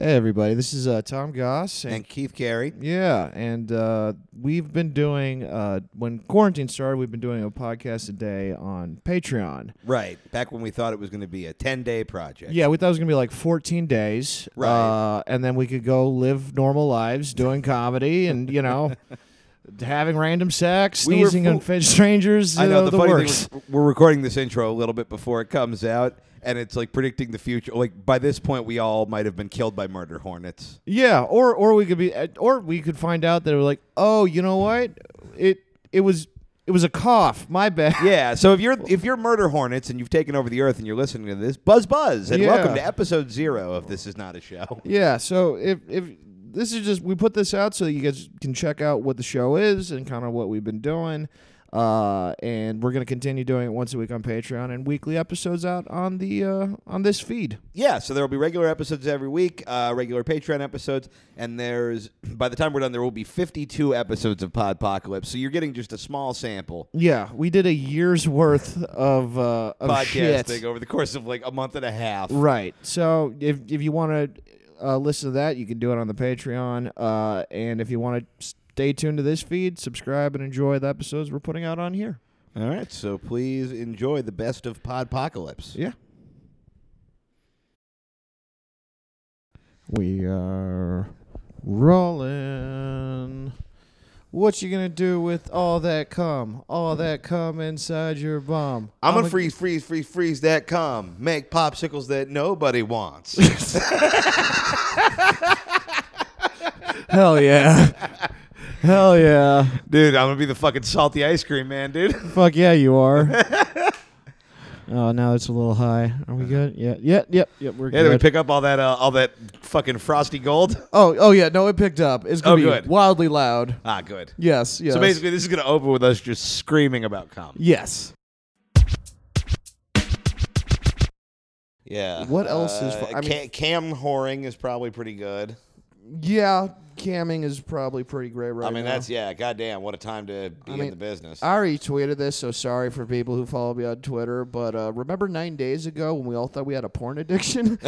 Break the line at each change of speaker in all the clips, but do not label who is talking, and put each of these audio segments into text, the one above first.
Hey, everybody. This is uh, Tom Goss. And,
and Keith Carey.
yeah, and uh, we've been doing, uh, when quarantine started, we've been doing a podcast a day on Patreon.
Right. Back when we thought it was going to be a 10 day project.
Yeah, we thought it was going to be like 14 days.
Right.
Uh, and then we could go live normal lives doing comedy and, you know, having random sex,
We were
sneezing on
fool-
fed strangers.
I
you
know the, funny
works.
thing was we're recording this intro a little bit before it comes out, and it's like predicting the future. Like by this point, we all might have been killed by murder hornets.
Yeah, or or we could be, uh, or we could find out that we're like, oh, you know what? It it was it was a cough. My bad.
Yeah. So if you're if you're murder hornets and you've taken over the earth and you're listening to this, buzz buzz, and
Yeah.
welcome to episode zero of this is not a show.
Yeah. So if if this is just we put this out so that you guys can check out what the show is and kind of what we've been doing. Uh, and we're gonna continue doing it once a week on Patreon and weekly episodes out on the uh, on this feed.
Yeah, so there will be regular episodes every week, uh, regular Patreon episodes, and there's by the time we're done, there will be 52 episodes of Podpocalypse. So you're getting just a small sample
Yeah, we did a year's worth of uh, of
podcasting
shit.
over the course of like a month and a half.
Right. So if if you want to uh, listen to that, you can do it on the Patreon. Uh, and if you want to stay tuned to this feed, subscribe and enjoy the episodes we're putting out on here.
All right, so please enjoy the best of Podpocalypse.
Yeah. We are rolling. What you gonna do with all that cum? All that cum inside your bum?
I'm gonna freeze, freeze, freeze, freeze that cum. Make popsicles that nobody wants.
Hell yeah! Hell yeah!
dude, I'm gonna be the fucking salty ice cream man, dude.
Fuck yeah, you are. oh, now it's a little high. Are we good? Yeah, yeah, yep, yep. We're
Yeah, did we
good.
pick up all that uh, all that fucking frosty gold?
oh, oh yeah. No, it picked up. It's gonna
Oh,
be
good.
wildly loud.
Ah, good.
Yes, yes.
So basically, this is going to open with us just screaming about cum.
yes.
Yeah. Uh,
What else is fu- I mean-
cam whoring is probably pretty good.
Yeah, camming is probably pretty great right
I mean,
now.
that's yeah. Goddamn, what a time to be in
mean,
the business.
I already tweeted this, so sorry for people who follow me on Twitter. But uh, remember nine days ago when we all thought we had a porn addiction?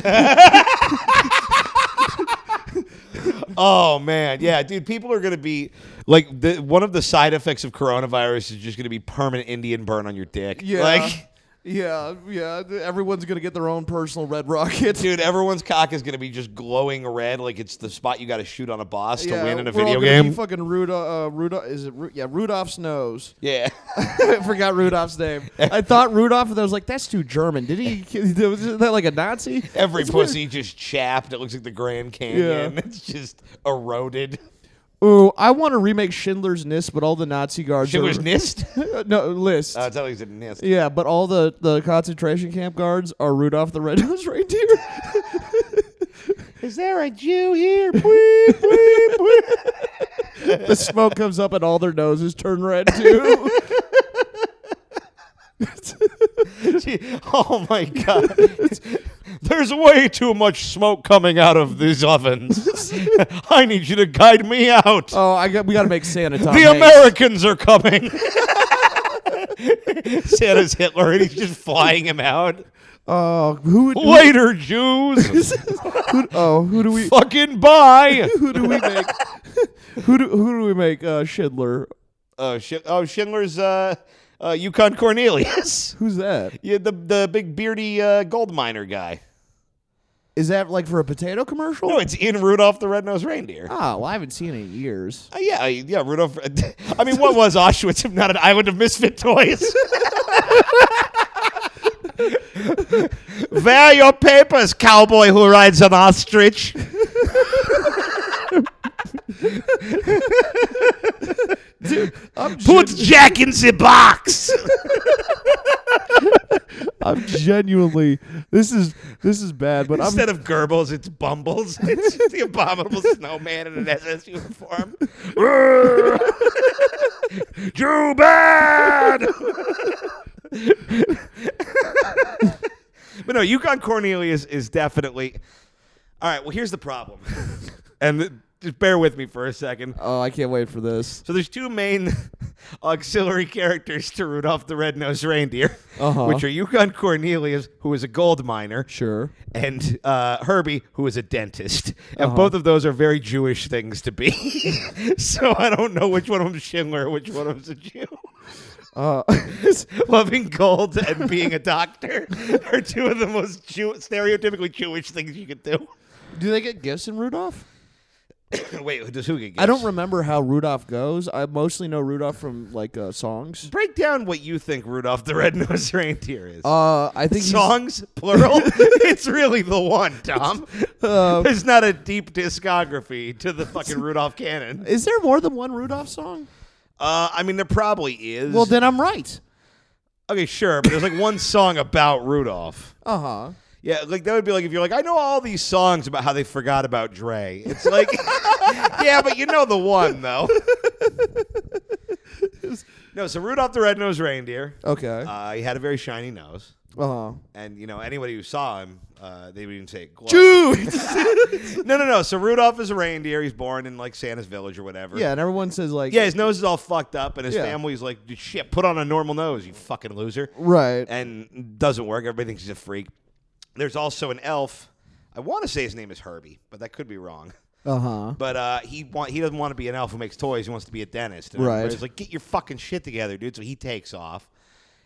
oh man, yeah, dude. People are going to be like the, one of the side effects of coronavirus is just going to be permanent Indian burn on your dick.
yeah.
Like,
yeah, yeah. Everyone's gonna get their own personal red rocket.
dude, everyone's cock is going to be just glowing red, like it's the spot you got to shoot on a boss
yeah,
to win in a
we're all
video
gonna be
game.
Fucking Rudolph, uh, Rudolph is it? Ru- yeah, Rudolph's nose.
yeah.
I forgot Rudolph's name. I thought Rudolph, and I was like, "That's too German." Did he? Isn't that like a Nazi?
Every
It's weird.
pussy just chapped. It looks like the Grand Canyon. It's just eroded.
Ooh, I want to remake Schindler's List, but all the Nazi guards.
Schindler's
are,
Nist?
no list.
Uh, it's not like it's a Nist.
yeah, but all the, the concentration camp guards are Rudolph the Red-Nosed Reindeer.
Is there a Jew here?
the smoke comes up and all their noses turn red too.
oh my God. There's way too much smoke coming out of these ovens. I need you to guide me out.
oh, I got we got to make Santa Tom.
the
Hanks.
Americans are coming. Santa's Hitler and he's just flying him out.
Oh, who? would- who-
Later, Jews.
who- oh, who do we?
Fucking bye.
who do we make? who do who do we make? Uh, Schindler.
Oh, Sch- oh Schindler's uh, uh, Yukon Cornelius.
Who's that?
yeah, the, the big beardy uh, gold miner guy.
Is that like for a potato commercial?
No, it's in Rudolph the Red-Nosed Reindeer.
Oh, well, I haven't seen it in years.
Uh, yeah, I- yeah, Rudolph. I mean, what was Auschwitz if not an island of misfit toys? Where are your papers, cowboy who rides an ostrich?
I'm,
Put Jack in the box.
I'm genuinely. This is this is bad, but I'm
Instead of Goebbels, it's Bumbles. It's the abominable snowman in an SS uniform. Jew bad. but no, Yukon Cornelius is definitely. All right. Well, here's the problem, and just bear with me for a second.
Oh, I can't wait for this.
So there's two main auxiliary characters to Rudolph the Red-Nosed Reindeer,
Uh-huh.
which are Yukon Cornelius, who is a gold miner,
Sure.
and uh, Herbie, who is a dentist. And
Uh-huh.
both of those are very Jewish things to be. so I don't know which one of them's Schindler, which one of them's a Jew.
Uh,
Loving gold and being a doctor are two of the most Jew- stereotypically Jewish things you could do.
do they get gifts in Rudolph?
Wait, does who get
I don't remember how Rudolph goes. I mostly know Rudolph from like uh, songs.
Break down what you think Rudolph the Red-Nosed Reindeer is.
Uh, I think he's-
Songs, plural. it's really the one, Tom.
Uh,
There's not a deep discography to the fucking Rudolph canon.
is there more than one Rudolph song?
Uh, I mean, there probably is.
Well, then I'm right.
okay, sure, but there's like one song about Rudolph.
Uh huh.
Yeah, like that would be like if you're like, I know all these songs about how they forgot about Dre. It's like, yeah, but you know the one though. no, so Rudolph the Red-Nosed Reindeer.
Okay. Uh-huh. Uh
Uh, he had a very shiny nose,
huh.
and you know anybody who saw him, uh, they would even say, "Glow."
Dude.
No, no, no. So Rudolph is a reindeer. He's born in like Santa's village or whatever.
yeah, and everyone says like.
Yeah, his nose is all fucked up, and his
Yeah.
family's like, shit, put on a normal nose, you fucking loser.
Right.
And doesn't work. Everybody thinks he's a freak. There's also an elf. I want to say his name is Herbie, but that could be wrong.
Uh huh.
But uh, he want he doesn't want to be an elf who makes toys. He wants to be a dentist. And
Right.
everybody's like, get your fucking shit together, dude. So he takes off,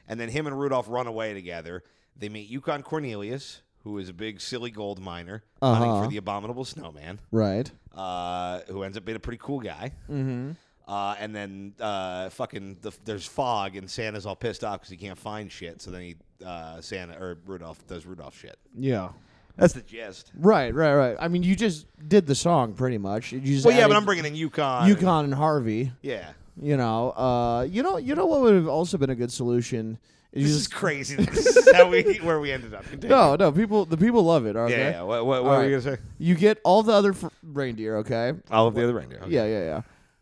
and then him and Rudolph run away together. They meet Yukon Cornelius, who is a big silly gold miner hunting
Uh-huh.
for the abominable snowman
Right.
uh, who ends up being a pretty cool guy. Mm-hmm. Uh, and then uh, fucking the, there's fog, and Santa's all pissed off because he can't find shit. So then he uh, Santa or Rudolph does Rudolph shit.
Yeah.
That's the gist.
Right. Right. Right. I mean, you just did the song pretty much. You just
Well, yeah,
added
but I'm bringing in Yukon. and-
Yukon and Harvey.
yeah.
You know. Uh. You know. You know what would have also been a good solution. Is you
This is
just
crazy. this is how we where we ended up. Continue.
no, no. People. The people love it.
Yeah.
Okay.
yeah. What, what,
All
what were you
right.
gonna say?
You get all the other fr- reindeer. Okay.
All of the other reindeer. Okay.
Yeah. Yeah.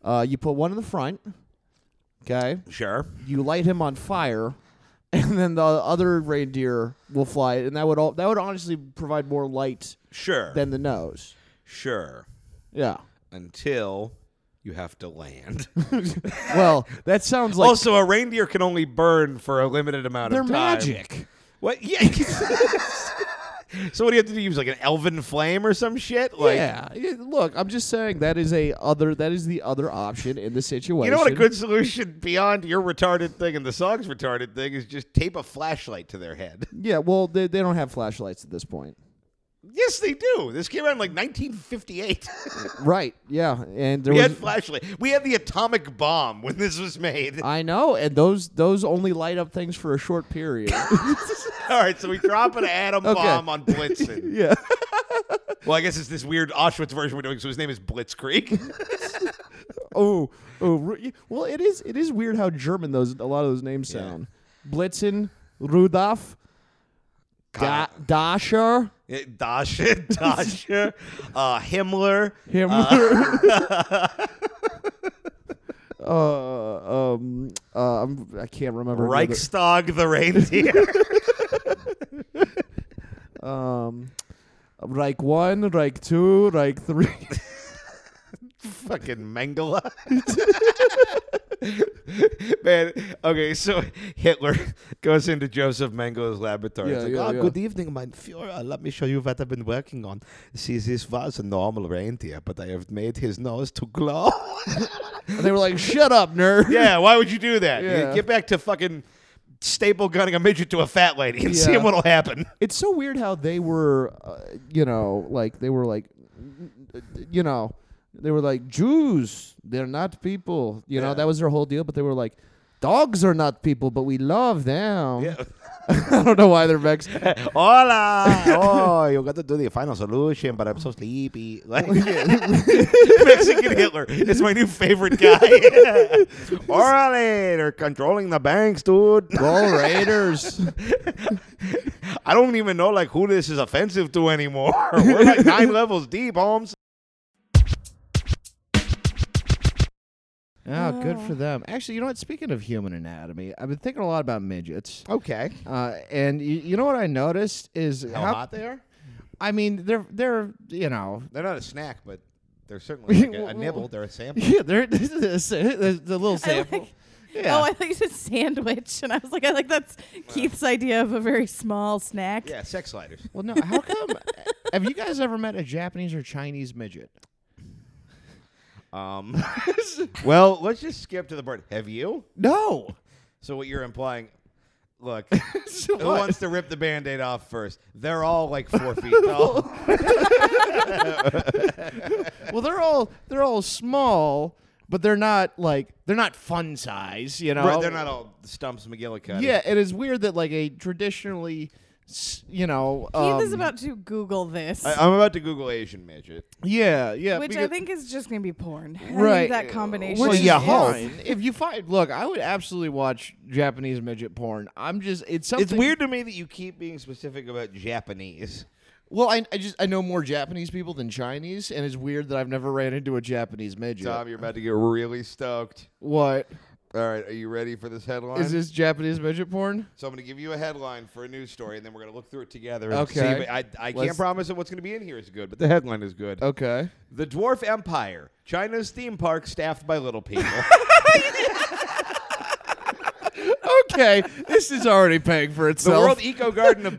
Yeah. Uh. You put one in the front. Okay.
Sure.
you light him on fire and then the other reindeer will fly and that would all that would honestly provide more light
Sure.
than the nose
sure.
yeah
Until you have to land.
well that sounds like
also, a reindeer can only burn for a limited amount
they're
of time.
magic
What? Yeah. so what do you have to do? Use like an elven flame or some shit? Like,
yeah Yeah, look i'm just saying that is a other that is the other option in the situation
you know what? A good solution beyond your retarded thing and the song's retarded thing is just tape a flashlight to their head.
yeah well they, they don't have flashlights at this point
Yes, they do. This came out in like 1958.
right yeah and there
we
was
had flashlight. We had the atomic bomb when this was made.
i know and those those only light up things for a short period
All right, so we drop an atom
Okay.
bomb on Blitzen.
yeah
well, I guess it's this weird Auschwitz version we're doing. So his name is Blitzkrieg.
oh, oh, Ru- y- well, it is. It is weird how German those a lot of those names sound. Blitzen, Rudolf, da- Dasher,
Eh, Dasha, Dasha, uh, Himmler.
Himmler. Uh, um, uh, I'm, I can't remember. the other-
Reichstag the reindeer.
Um, Reich one, Reich two, Reich three.
Fucking Mengele. Man, okay, so Hitler goes into Joseph Mengele's laboratory.
Yeah,
it's like,
yeah,
"Ah,
yeah.
good evening, mein Führer. Let me show you what I've been working on. See, this was a normal reindeer, but I have made his nose to glow.
And they were like, "Shut up, nerd."
yeah, why would you do that?
Yeah.
Get back to fucking staple gunning a midget to a fat lady and
Yeah.
seeing what'll happen.
It's so weird how they were, uh, you know, like they were like, you know, they were like Jews. They're not people. You
Yeah.
know, that was their whole deal. But they were like, dogs are not people, but we love them. I don't know why they're Mexican.
Hola! Oh, you got to do the final solution, but I'm so sleepy. Like, Mexican Hitler is my new favorite guy. Orale, they're controlling the banks, dude.
Go Raiders.
I don't even know like who this is offensive to anymore. We're like nine levels deep, Holmes.
oh, good for them. Actually, you know what? Speaking of human anatomy, I've been thinking a lot about midgets.
Okay.
Uh, and y- you know what I noticed is
How hot they are?
I mean, they're they're you know
They're not a snack, but They're certainly like a, a nibble. They're a sample.
Yeah, there, this is a, there's a little
I like-
sample. yeah.
Oh, I thought you said sandwich, and I was like, I like that's Keith's idea of a very small snack.
Yeah, sex sliders.
well, no. How come? uh, have you guys ever met a Japanese or Chinese midget?
Um, well, let's just skip to the part. Have you?
No.
So what you're implying? Look,
So
who
what?
wants to rip the band-aid off first? They're all like four feet tall.
well, they're all they're all small, but they're not like they're not fun size. You know,
Right, they're not all stumps McGillicuddy.
Yeah, it is weird that like a traditionally, s- you know, um,
Keith is about to Google this,
I, uh, I'm about to Google Asian midget.
yeah, yeah,
which I
because-
think is just going to be porn. I think
Right.
that combination.
Which
is-
is fine. If you find, look, I would absolutely watch Japanese midget porn. I'm just, it's something.
It's weird to me that you keep being specific about Japanese.
Well, I, I just, I know more Japanese people than Chinese, and it's weird that I've never ran into a Japanese midget.
Tom, you're about to get really stoked.
What
All right, are you ready for this headline?
is this Japanese midget porn?
so I'm going to give you a headline for a news story, and then we're going to look through it together. and
Okay.
see if- I, I can't
Let's-
promise that what's going to be in here is good, but the headline is good.
Okay.
The Dwarf Empire, China's theme park staffed by little people.
Okay. this is already paying for
the
itself.
World Eco Garden of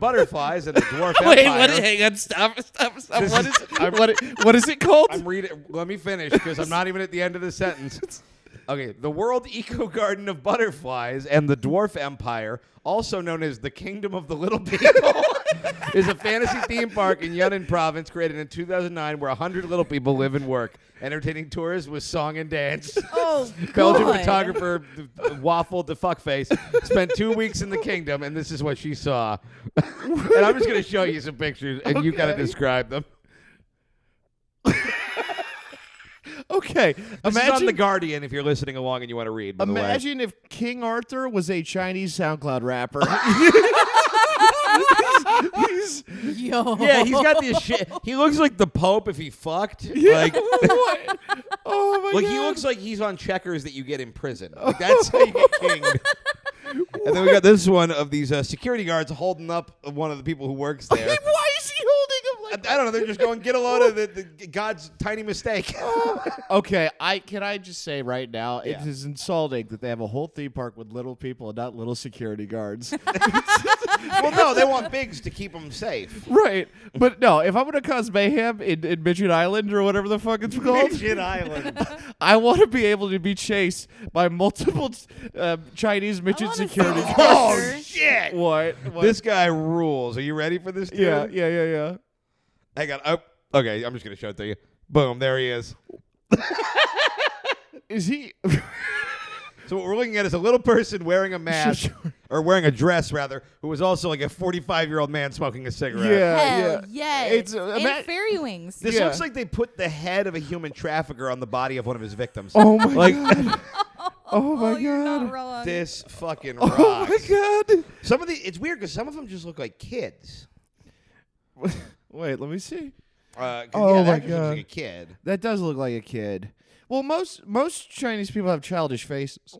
Butterflies and the Dwarf
Wait,
Empire.
what? Hang on. Stop. Stop. Stop.
This
What
is-
is, what, i- what is it called?
I'm reading. Let me finish because I'm not even at the end of the sentence. Okay, the World Eco Garden of Butterflies and the Dwarf Empire, also known as the Kingdom of the Little People, is a fantasy theme park in Yunnan Province created in 2009 where 100 little people live and work, entertaining tourists with song and dance.
Oh,
Belgian
God.
photographer Waffle the Fuckface spent two weeks in the kingdom, and this is what she saw. and I'm just going to show you some pictures, and you got to
Okay.
describe them.
okay.
This is on
Imagine
the Guardian if you're listening along and you want to read. By the way.
Imagine if King Arthur was a Chinese SoundCloud rapper. He's-
Yo.
Yeah, he's got this shit. He looks like the Pope if he fucked. Like,
What? oh my
like
god!
he looks like he's on checkers that you get in prison. Like, that's how you get kinged. And then we got this one of these uh, security guards holding up one of the people who works there.
Why is he holding
I,
him like?
I don't know. They're just going get a load of the, the God's tiny mistake.
Okay, I can I just say right now,
Yeah.
it is insulting that they have a whole theme park with little people and not little security guards.
well, no, they want bigs to keep them safe.
right, but no. If I'm gonna cause mayhem in, in Midget Island or whatever the fuck it's called,
Shit Island.
I want to be able to be chased by multiple uh, Chinese midget
wanna see
security guards.
this
oh shit!
What? what?
This guy rules. Are you ready for this? Dude?
Yeah, yeah, yeah, yeah.
Hang on. Oh, okay. I'm just gonna show it to you. Boom. There he is.
Is he?
So what we're looking at is a little person wearing a mask
Sure.
or wearing a dress rather, who was also like a 45 year old man smoking a cigarette.
Yeah,
Hell
yeah.
yes.
It's uh,
and
ima-
fairy wings.
This
Yeah.
looks like they put the head of a human trafficker on the body of one of his victims.
oh my
Like-
god. Oh my
oh, you're not
god.
wrong.
This fucking rocks.
Oh my god.
Some of the it's weird because some of them just look like kids.
Wait, let me see.
Uh, 'cause,
Oh
yeah,
my
that just looks
God.
like a kid.
That does look like a kid. Well, most most Chinese people have childish faces.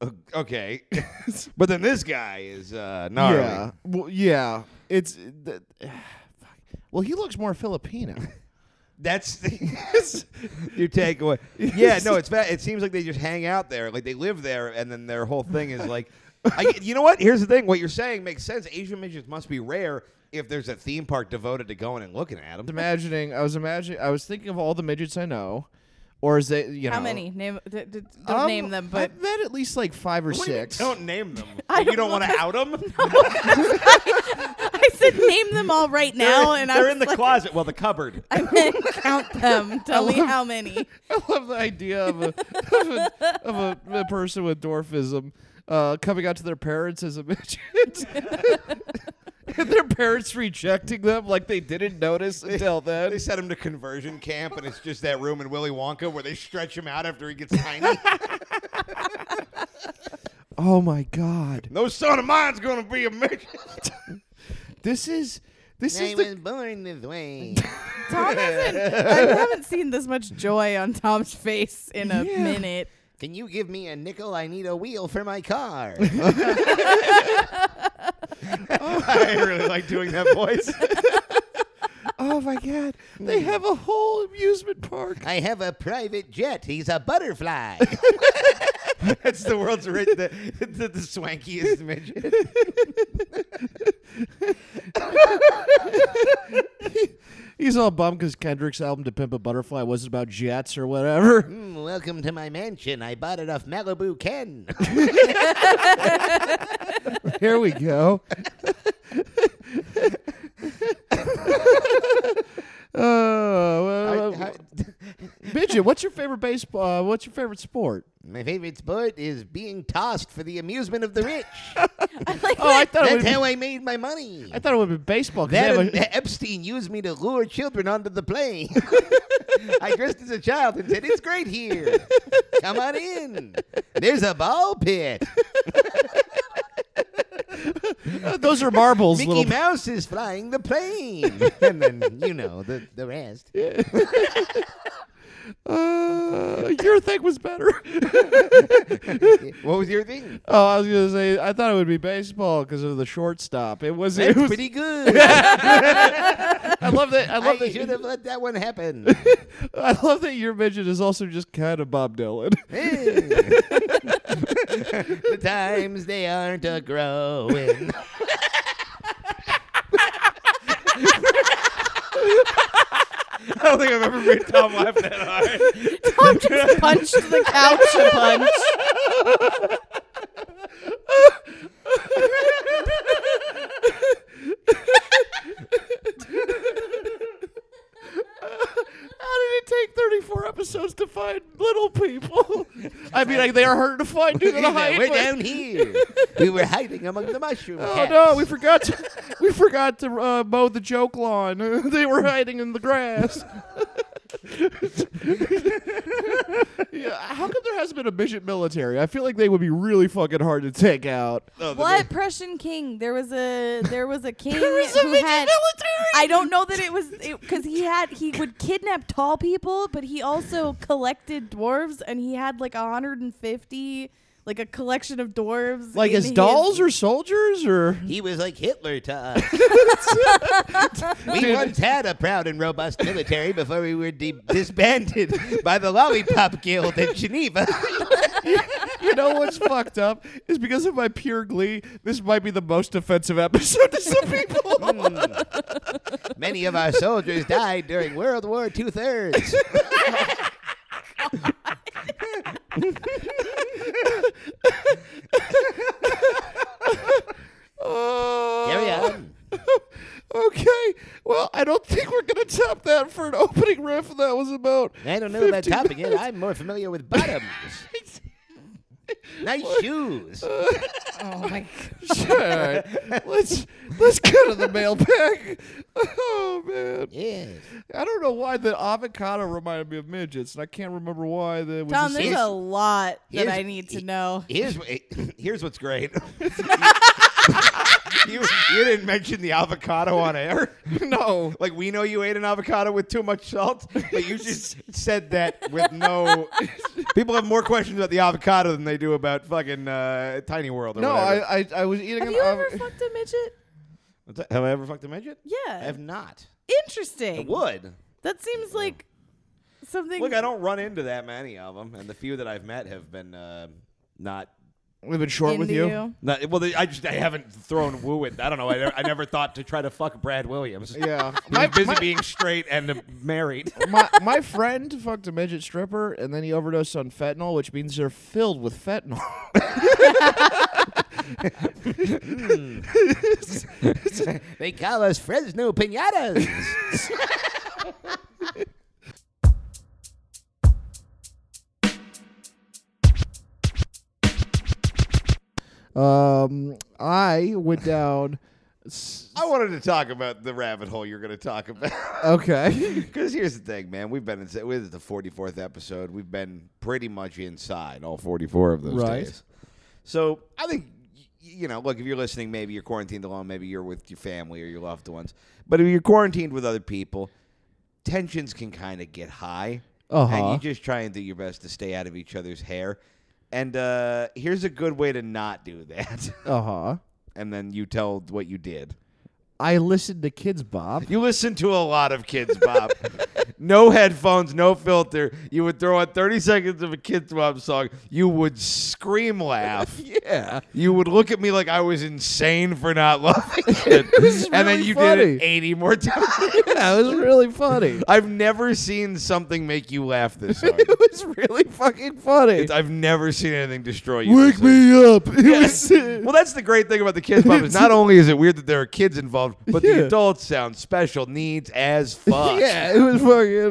Uh, okay, but then this guy is uh, gnarly.
Yeah. Well, yeah. It's. th- fuck. well, he looks more Filipino.
That's the, your takeaway. Yeah, no, it's fa- it seems like they just hang out there, like they live there, and then their whole thing is like, I, you know what? Here's the thing: what you're saying makes sense. Asian midgets must be rare if there's a theme park devoted to going and looking at them.
imagining. I was imagining. I was thinking of all the midgets I know, or is they? You know.
How many? Name, d- d- don't
Um,
name them, but
I've met at least like five or
What do you mean,
six.
Don't name them.
I
you
don't
don't
know.
want to out them.
I said name them all right now, and I
they're
was
in the
like,
closet. Well, the cupboard.
I meant count them. Tell me how many.
I love the idea of a of a, of a, a person with dwarfism uh, coming out to their parents as a midget, and their parents rejecting them like they didn't notice until
They
then.
sent him to conversion camp, and it's just that room in Willy Wonka where they stretch him out after he gets tiny.
Oh my god,
no son of mine's gonna be a midget.
this is this is the
born this way.
Tom hasn't. I haven't seen this much joy on Tom's face in a
Yeah.
minute.
Can you give me a nickel? I need a wheel for my car. I really like doing that voice.
oh oh my god, they have a whole amusement park.
I have a private jet. He's a butterfly. That's the world's ri- the, the, the swankiest midget.
He's all bummed because Kendrick's album "To Pimp a Butterfly" was about jets or whatever.
Mm, welcome to my mansion. I bought it off Malibu Ken.
Here we go. Oh, uh,
I-
Midget, what's your favorite baseball? Uh, what's your favorite sport?
my favorite sport is being tossed for the amusement of the rich.
I like
Oh, I
that.
thought it would.
That's
Be,
how I made my money.
I thought it would be baseball. 'cause
That
they
and
have a-
Epstein used me to lure children onto the plane. I dressed as a child and said, "It's great here. Come on in. There's a ball pit.
those are marbles,
Mickey
little.
Mouse is flying the plane." and then you know the the rest.
Uh, your thing was better.
What was your thing?
oh, I was gonna say I thought it would be baseball because of the shortstop. It was. It
That's
was
pretty good. I
I love that. I love
should
that.
have let that one happen.
I love that your midget is also just kind of Bob Dylan.
Hey. the times they aren't a growing.
I don't think I've ever made Tom laugh that hard.
Tom just punched the couch a bunch.
How did it take 34 episodes to find little people? I mean, like, they are hard to find due to the height.
We're
but-
down here. We were hiding among the mushroom
Oh
caps.
no, we forgot to we forgot to uh, mow the joke lawn. they were hiding in the grass. yeah, how come there hasn't been a midget military? I feel like they would be really fucking hard to take out.
What Prussian king? There was a there was a king
was a
who
midget
had.
military!
I don't know that it was because he had he would kidnap tall people, but he also collected dwarves, and he had like 150, like a collection of dwarves.
Like
in
as
his-
dolls or soldiers or
He was like Hitler to us. we once had a proud and robust military before we were de- disbanded by the Lollipop Guild in Geneva.
you know what's fucked up is because of my pure glee. This might be the most offensive episode to some people.
Hmm. Many of our soldiers died during World War Two Thirds. Carry on.
Oh. Okay. Well, I don't think we're gonna top that for an opening riff that was about.
I don't know about
15
topping it.
minutes.
I'm more familiar with bottoms. nice shoes.
Uh.
Oh my
All right. Let's let's go to the mailbag. Oh man.
Yes.
I don't know why the avocado reminded me of midgets, and I can't remember why that was.
Tom, there's
associated-
a lot that
Here's-
I need to know.
Here's wh- here's what's great. you, you didn't mention the avocado on air.
no.
Like we know you ate an avocado with too much salt, but you just said that with no. People have more questions about the avocado than they do about fucking uh, Tiny World or
No,
whatever.
I, I I was eating
Have
an
you ever
avo-
fucked a midget?
What's that? have I ever fucked a midget? I
Yeah.
have not. I
Interesting.
would.
That seems like something.
Look, I don't run into that many of them, and the few that I've met have been uh, not
We've been short
into
with you.
Not, well, they- I just I haven't thrown woo it. I don't know. I never, I never thought to try to fuck Brad Williams.
Yeah.
He was busy being straight and uh, married.
my my friend fucked a midget stripper and then he overdosed on fentanyl, which means they're filled with fentanyl.
they call us Fresno pinatas.
Um, I went down. s-
I wanted to talk about the rabbit hole you're going to talk about.
Okay.
Because here's the thing, man. We've been inside. This is the 44th episode. We've been pretty much inside all 44 of those
Right.
days. So I think y- you know. Look, if you're listening, maybe you're quarantined alone. Maybe you're with your family or your loved ones. But if you're quarantined with other people, tensions can kind of get high, and
Uh-huh.
you just try and do your best to stay out of each other's hair. And uh, here's a good way to not do that.
Uh huh.
and then you tell what you did.
I listened to Kids Bob.
You listen to a lot of Kids Bob. no headphones, no filter. You would throw on 30 seconds of a Kids Bob song. You would scream laugh.
Yeah.
You would look at me like I was insane for not loving it. and then
really
you
funny.
did it 80 more times.
Yeah, it was really funny.
I've never seen something make you laugh this hard.
it was really fucking funny.
It's- I've never seen anything destroy you.
Wake
this hard.
me up. It was,
Well, that's the great thing about the kids' pop is not only is it weird that there are kids involved, but
Yeah.
the adults sound special needs as fuck.
yeah, it was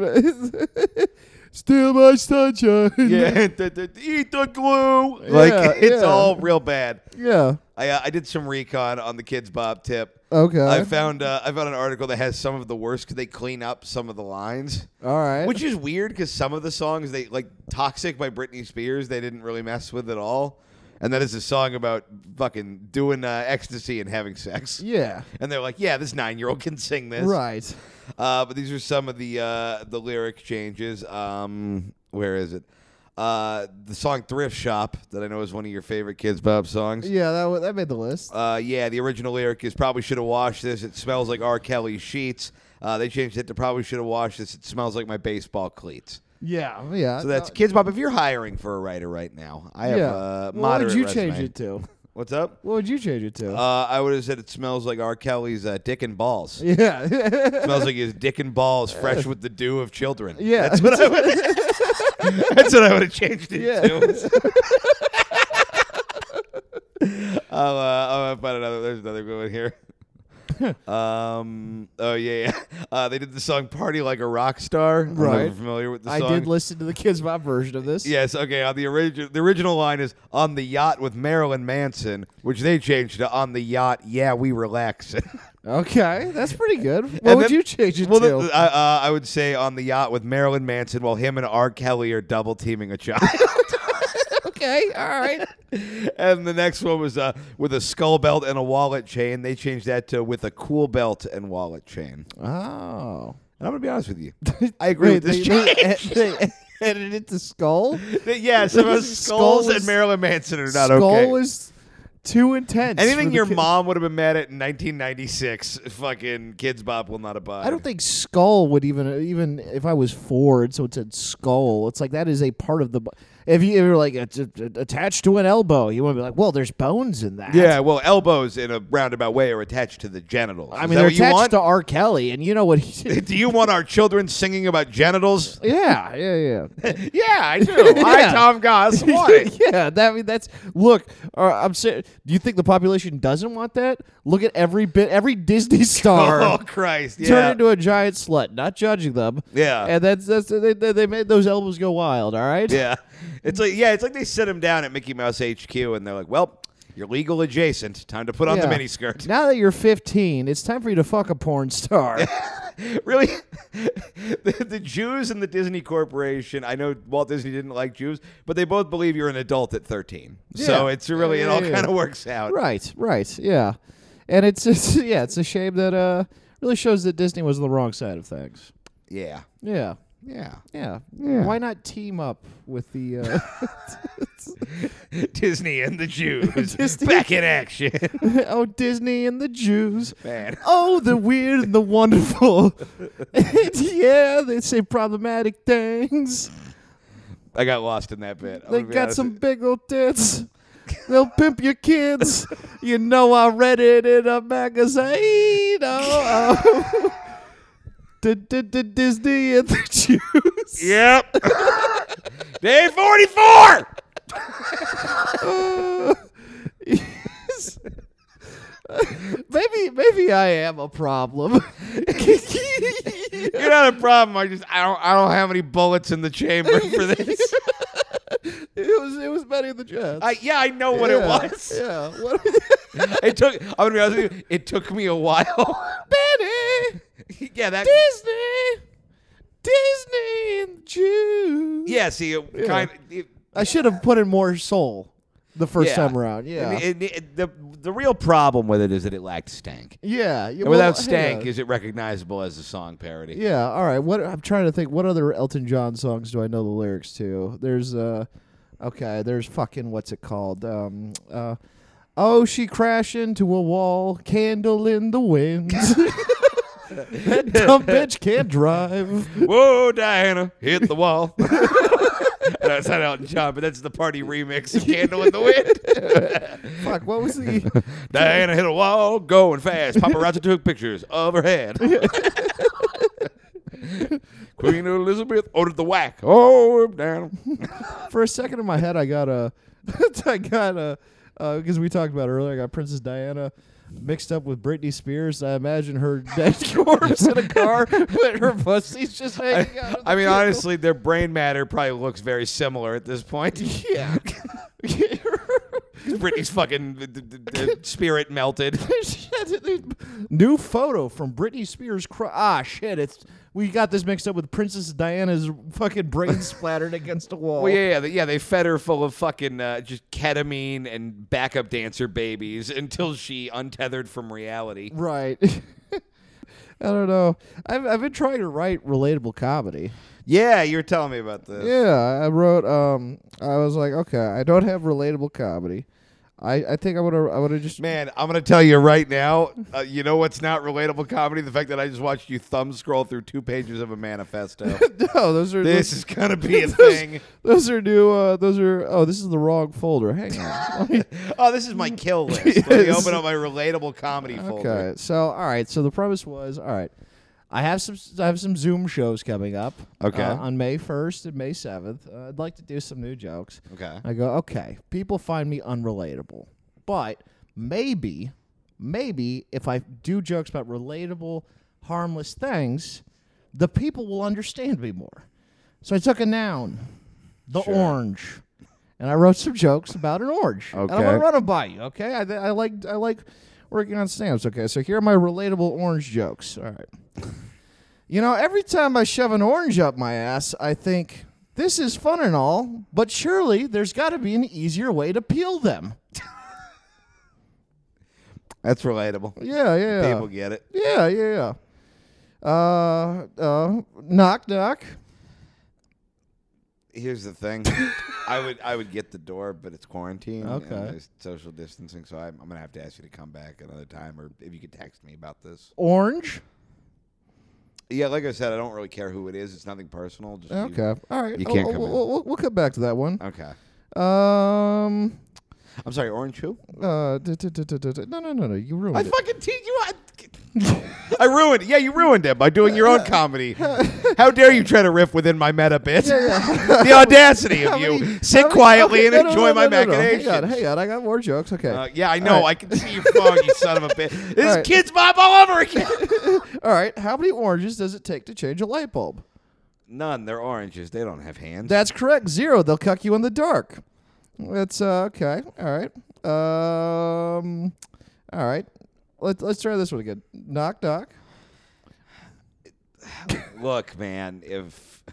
fucking. Steal my sunshine.
yeah, the- the- the- eat the glue.
Yeah,
Like it's
yeah.
all real bad.
Yeah.
I uh, I did some recon on the kids' Bob tip.
Okay.
I found uh, I found an article that has some of the worst because they clean up some of the lines,
All right.
which is weird because some of the songs they like "Toxic" by Britney Spears they didn't really mess with at all, and that is a song about fucking doing uh, ecstasy and having sex.
yeah.
And they're like, yeah, this nine year old can sing this.
Right.
Uh, but these are some of the uh, the lyric changes. Um, where is it? Uh, the song Thrift Shop, that I know is one of your favorite Kids Bob songs.
Yeah, that wa- that made the list.
Uh, yeah, the original lyric is probably should have washed this. It smells like R. Kelly's sheets. Uh, they changed it to probably should have washed this. It smells like my baseball cleats.
Yeah. Yeah.
So that's Kids Bob. If you're hiring for a writer right now, I have
Uh, yeah.
a moderate
what would you
resume.
change it to?
What's up?
What would you change it to?
Uh, I would have said it smells like R. Kelly's uh, dick and balls.
yeah.
Smells like his dick and balls, fresh with the dew of children.
Yeah.
that's what I would. that's what I would have changed it
Yeah.
to. I'll, uh, I'll find another. There's another good one here. um. Oh yeah. yeah. Uh, they did the song "Party Like a Rock Star." I'm not
Right.
familiar with the
I
song?
did listen to the Kids Bob version of this.
Yes. Okay. On the original, the original line is "On the yacht with Marilyn Manson," which they changed to "On the yacht, yeah, we relaxing."
Okay, that's pretty good. What
And
would
then-
you change it
well,
to?
th- th- I, uh, I would say on the yacht with Marilyn Manson while him and R. Kelly are double teaming a child.
okay, all right.
and the next one was uh, with a skull belt and a wallet chain. They changed that to with a cool belt and wallet chain.
Oh,
And I'm going to be honest with you. I agree with this
they,
change.
they, they edited it to skull.
yeah, some of us
Skull
skulls and
is-
Marilyn Manson are not
skull
okay.
is too intense. for
Anything
the
your
kid-
mom would have been mad at in 1996, fucking Kids Bob will not abide.
I don't think skull would even even if I was four and so it said skull. It's like that is a part of the. bo- If you were like it's uh, attached to an elbow, you would be like, well, there's bones in that.
Yeah, well, elbows in a roundabout way are attached to the genitals.
I mean
Is that
they're
what you want?
attached to R. Kelly, and you know what? He did.
Do you want our children singing about genitals?
yeah, yeah, yeah.
yeah, I do.
Yeah.
Goss.
yeah, that I mean that's look. Uh, I'm saying, do you think the population doesn't want that? Look at every bit, every Disney star
oh Christ! Yeah.
turned into a giant slut. Not judging them.
Yeah.
and that's that's they, they they made those elbows go wild. All right.
yeah, it's like yeah, it's like they sit him down at Mickey Mouse HQ and they're like, "Well, you're legal adjacent. Time to put on the
Yeah.
miniskirt."
Now that you're 15, it's time for you to fuck a porn star.
really, the, the Jews and the Disney Corporation. I know Walt Disney didn't like Jews, but they both believe you're an adult at 13. So
Yeah.
it's really it all
Yeah, yeah,
kind of works out.
right. Right. Yeah. And it's, it's yeah, it's a shame that uh really shows that Disney was on the wrong side of things.
Yeah.
Yeah.
Yeah.
Yeah.
Yeah.
Why not team up with the uh
Disney and the Jews
Disney-
back in action.
oh Disney and the Jews.
Man.
Oh, the weird and the wonderful. And yeah, they say problematic things.
I got lost in that bit. I'm
They
gonna be
got
honest.
some big old tits. They'll pimp your kids. You know I read it in a magazine. Oh, oh. D- d- d- Disney and the Jews.
Yep. Day 44.
Yes. maybe maybe I am a problem.
You're not a problem. I just I don't I don't have any bullets in the chamber for this.
It was it was Betty and the Jets.
I, yeah, I know what
Yeah,
it was.
Yeah. What
It took I'm gonna be honest with you, it took me a while.
Betty
yeah, that
Disney Disney and Jews.
Yeah, see it kind of it,
I should have put in more soul the first
yeah.
time around. Yeah.
It- it- it- the the real problem with it is that it lacked stank.
yeah. you-
And without
well,
stank,
yeah.
is it recognizable as a song parody?
Yeah, all right. What I'm trying to think what other Elton John songs do I know the lyrics to? There's uh okay, there's fucking what's it called? Um uh Oh, she crashed into a wall, candle in the wind. that dumb bitch can't drive.
Whoa, Diana, hit the wall. that's not Elton John, but that's the party remix of Candle in the Wind.
Fuck, what was the.
Diana hit a wall, going fast. Paparazzi took pictures of her head. Queen Elizabeth ordered the whack. Oh, I'm down.
For a second in my head, I got a. I got a. Because we talked about it earlier, I got Princess Diana mixed up with Britney Spears. I imagine her dead corpse in a car, but her pussy's just hanging out. of the
I mean,
vehicle.
honestly, their brain matter probably looks very similar at this point.
Yeah.
Britney's fucking d- d- d- spirit melted.
New photo from Britney Spears. Cr- ah, shit! It's we got this mixed up with Princess Diana's fucking brain splattered against a wall.
Well, yeah, yeah, they, yeah. They fed her full of fucking uh, just ketamine and backup dancer babies until she untethered from reality.
Right. I don't know. I've I've been trying to write relatable comedy.
Yeah, you were telling me about this.
Yeah, I wrote. Um, I was like, okay, I don't have relatable comedy. I, I think I would have I would have just
Man, I'm gonna tell you right now. Uh, you know what's not relatable comedy? The fact that I just watched you thumb scroll through two pages of a manifesto.
no. Those are
this
those,
is gonna be a
those-
thing.
Those are new. Uh, those are oh, this is the wrong folder. Hang on. Let me-
Oh, this is my
Mm.
kill list. Let me open up my relatable comedy folder.
Okay, so all right, so the premise was all right. I have some I have some Zoom shows coming up.
Okay.
uh, on May first and May seventh, uh, I'd like to do some new jokes.
Okay.
I go okay. People find me unrelatable, but maybe, maybe if I do jokes about relatable, harmless things, the people will understand me more. So I took a noun, the orange. And I wrote some jokes about an orange. And I'm
Okay.
gonna run them by you. Okay, I, I like I like working on stamps. Okay, so here are my relatable orange jokes. All right. You know, every time I shove an orange up my ass, I think, this is fun and all, but surely there's got to be an easier way to peel them.
That's relatable.
Yeah, yeah. yeah.
People get it.
Yeah, yeah, yeah. Uh, uh, knock, knock.
Here's the thing. I would I would get the door, but it's quarantine. and
Okay.
there's social distancing, so I'm, I'm gonna have to ask you to come back another time, or if you could text me about this.
Orange.
Yeah, like I said, I don't really care who it is. It's nothing personal. Just you-
Okay, all right.
You can't
Oh,
come
we'll,
in.
we'll, we'll come back to that one.
Okay.
Um,
I'm sorry, Orange Who?
uh, d- d- d- d- d- d- no, no, no, no. You ruined
I
it.
fucking teach you. I, I ruined it. Yeah, you ruined it by doing your own comedy. How dare you try to riff within my meta bit? the audacity of you. Sit
Okay, okay,
quietly and
no, no,
enjoy
no,
my
no, no, no.
machinations.
Hang on, hang on. I got more jokes. Okay.
Uh, yeah, I know.
right.
I can see your phone, you son of a bitch. This is
right.
Kids Bob all over again.
All right. How many oranges does it take to change a light bulb?
None. They're oranges. They don't have hands.
That's correct. Zero. They'll cuck you in the dark. That's uh, okay. All right. Um, all right. Let's let's try this one again. Knock knock.
Look, man, if.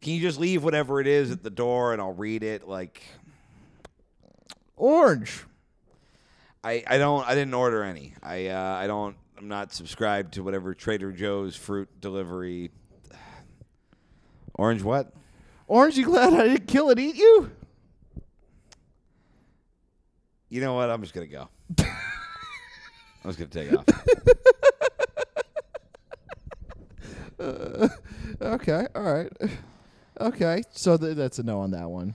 Can you just leave whatever it is at the door and I'll read it? Like,
Orange.
I, I don't I didn't order any. I uh, I don't I'm not subscribed to whatever Trader Joe's fruit delivery. Orange what?
Orange. You glad I didn't kill and eat you?
You know what? I'm just gonna go. I'm just gonna take off.
Okay. All right. Okay. So th- that's a no on that one.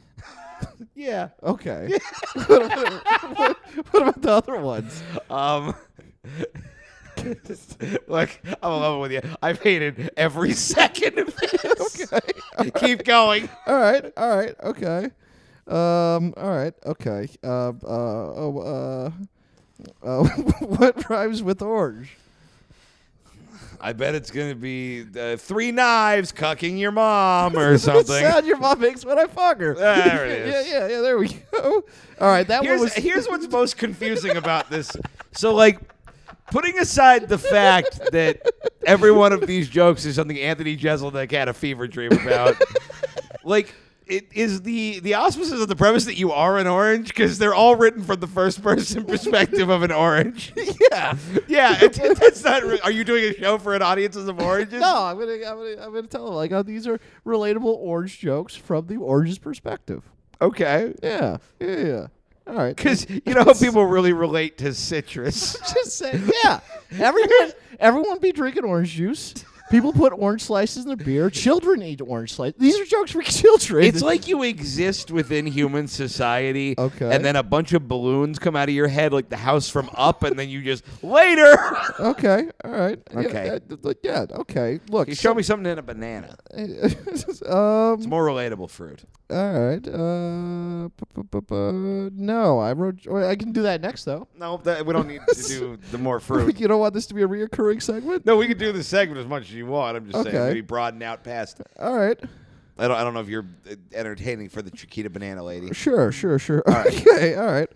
yeah.
Okay. what, about, what about the other ones?
Um. Look, I'm in love with you. I've hated every second of this. Keep going.
All right. All right. Okay. Um. All right. Okay. Uh. Uh. Oh. Uh. uh what rhymes with orange?
I bet it's gonna be uh, three knives cucking your mom or something.
The sound your mom makes when I fuck her.
There it is.
Yeah, yeah, yeah. There we go. All right, that
here's,
one was.
here's what's most confusing about this. So, like, putting aside the fact that every one of these jokes is something Anthony Jeselnik had a fever dream about, like, it is the the auspices of the premise that you are an orange because they're all written from the first person perspective of an orange.
yeah.
yeah, it's, it's not. re- Are you doing a show for an audience of oranges?
No, I'm gonna, I'm gonna, I'm gonna tell them like, oh, these are relatable orange jokes from the orange's perspective.
Okay.
Yeah, yeah, yeah. All right.
Because you know how people really relate to citrus.
just say, yeah. Everyone, everyone be drinking orange juice. People put orange slices in their beer. Children eat orange slices. These are jokes for children.
It's like you exist within human society,
Okay.
and then a bunch of balloons come out of your head like the house from Up, and then you just later.
okay, all right, Yeah,
Okay.
that- that- that- yeah, okay. Look,
you show me something in a banana.
um,
It's more relatable fruit.
all right. Uh, bu- bu- bu- bu- no, I wrote. well, I can do that next though.
No, that, we don't need to do the more fruit.
You don't want this to be a reoccurring segment.
No, we can do the segment as much as you want. I'm just saying
Okay.
maybe broaden out past.
All right,
I don't. I don't know if you're uh, entertaining for the Chiquita banana lady.
sure, sure, sure. okay, all right.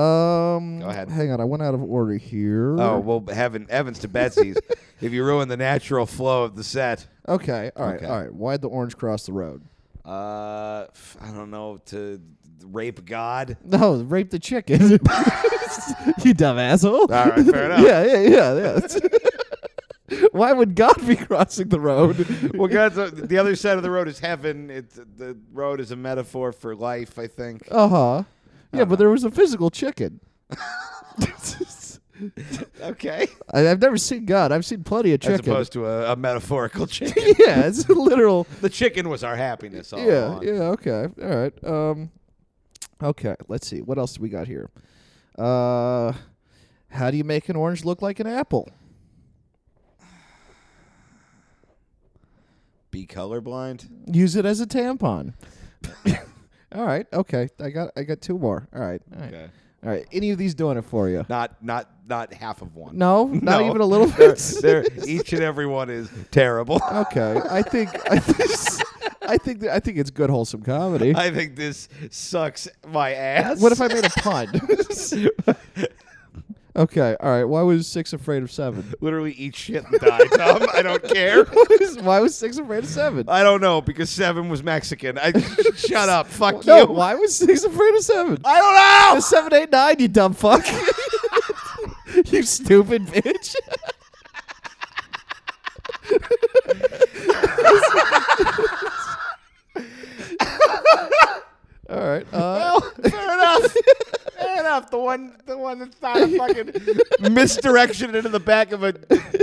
Um,
Go ahead.
Hang on, I went out of order here.
Oh well, heaven, Evans to Betsy's. if you ruin the natural flow of the set,
okay, all right,
Okay.
all right. Why'd the orange cross the road?
uh, f- I don't know to rape God.
No, rape the chicken. you dumb asshole.
All right, fair enough.
Yeah, yeah, yeah, yeah. Why would God be crossing the road?
Well, God's uh, the other side of the road is heaven. It's the road is a metaphor for life. I think.
Uh huh. Yeah,
Uh-huh.
but there was a physical chicken.
Okay.
I, I've never seen God. I've seen plenty of
As
chicken.
opposed to a, a metaphorical chicken.
yeah, it's a literal.
the chicken was our happiness all
yeah,
along.
yeah. Okay, all right. Um, okay. Let's see. What else do we got here? Uh, how do you make an orange look like an apple?
Be colorblind.
Use it as a tampon. all right. Okay. I got. I got two more. All right. All right.
Okay.
All right. Any of these doing it for you?
Not not not half of one.
No. Not
No.
even a little
They're,
bit.
they're- each and every one is terrible.
okay. I think. I think. I think. that- I think it's good wholesome comedy.
I think this sucks my ass.
what if I made a pun? okay. All right. Why was six afraid of seven?
literally eat shit and die, Tom? I don't care.
What is- Why was six afraid of seven?
I don't know because seven was Mexican. I shut up. Fuck
no.
you.
Why was six afraid of seven?
I don't know.
The seven, eight, nine. You dumb fuck. you stupid bitch. All right. Uh,
Fair enough. Fair enough. The one, the one that's not a fucking misdirection into the back of a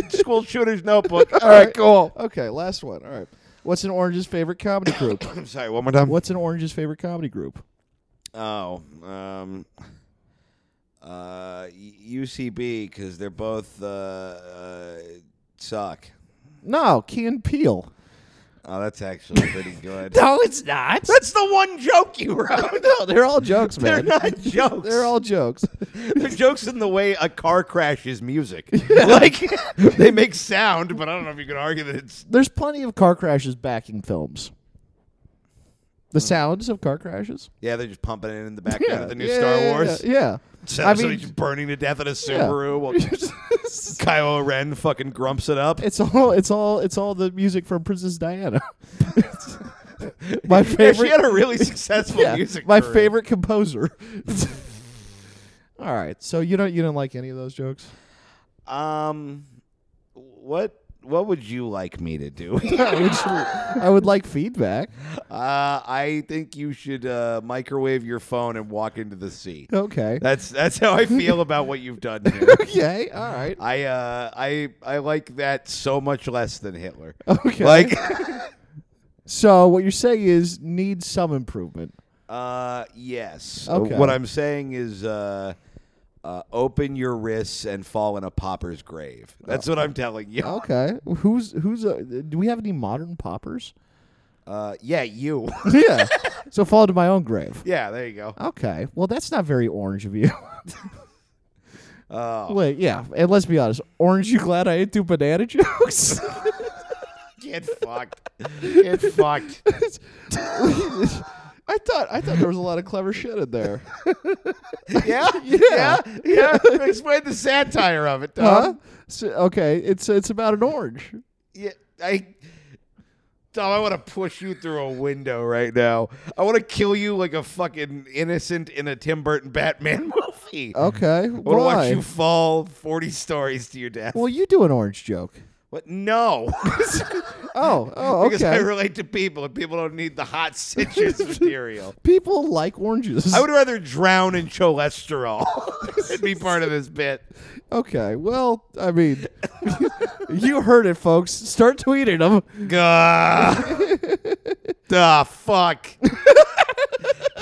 school shooter's notebook. All right, cool.
Okay, last one. All right. What's an Orange's favorite comedy group?
I'm sorry. One more time.
What's an Orange's favorite comedy group?
Oh, um, uh, UCB because they're both uh, uh, suck.
No, Key and Peele.
Oh, that's actually pretty good.
No, it's not.
that's the one joke you wrote.
no, they're all jokes,
They're
man.
not jokes.
They're all jokes.
They're jokes in the way a car crash is music. Like they make sound, but I don't know if you could argue that it's
There's plenty of car crashes backing films. The sounds of car crashes.
yeah. They're just pumping it in the background of the new
Hmm. yeah,
Star
yeah,
Wars.
Yeah. yeah.
So,
I
so
mean-
he's burning to death in a Subaru while Kylo Ren fucking grumps it up.
It's all. It's all. It's all the music from Princess Diana. my
Yeah,
favorite.
she had a really successful
yeah,
music.
my
career.
favorite composer. all right. So you don't. You don't like any of those jokes.
Um, what what would you like me to do?
I would, I would like feedback.
uh, I think you should uh, microwave your phone and walk into the sea.
Okay.
That's that's how I feel about what you've done here.
Okay. All right.
I uh I I like that so much less than Hitler.
Okay.
Like
so what you're saying is needs some improvement.
uh yes.
Okay.
What I'm saying is uh uh, open your wrists and fall in a pauper's grave. That's what I'm telling you.
Okay. Who's who's uh do we have any modern poppers?
Uh, yeah, you.
yeah. So fall to my own grave.
yeah, there you go.
Okay. Well, that's not very orange of you.
Oh,
Wait, yeah. And let's be honest, orange you glad I didn't do banana jokes?
get fucked. Get fucked.
I thought I thought there was a lot of clever shit in there.
Yeah,
Yeah.
yeah. Explain the satire of it, Tom.
Huh? So, okay, it's it's about an orange.
Yeah, I. Tom, I want to push you through a window right now. I want to kill you like a fucking innocent in a Tim Burton Batman movie.
Okay.
I want to
why?
watch you fall forty stories to your death.
well, you do an orange joke.
What? No.
Oh, oh,
Because I
okay.
relate to people, and people don't need the hot citrus material.
People like oranges.
I would rather drown in cholesterol than be part of this bit.
okay, well, I mean, you heard it, folks. Start tweeting them.
Gah. Duh, fuck.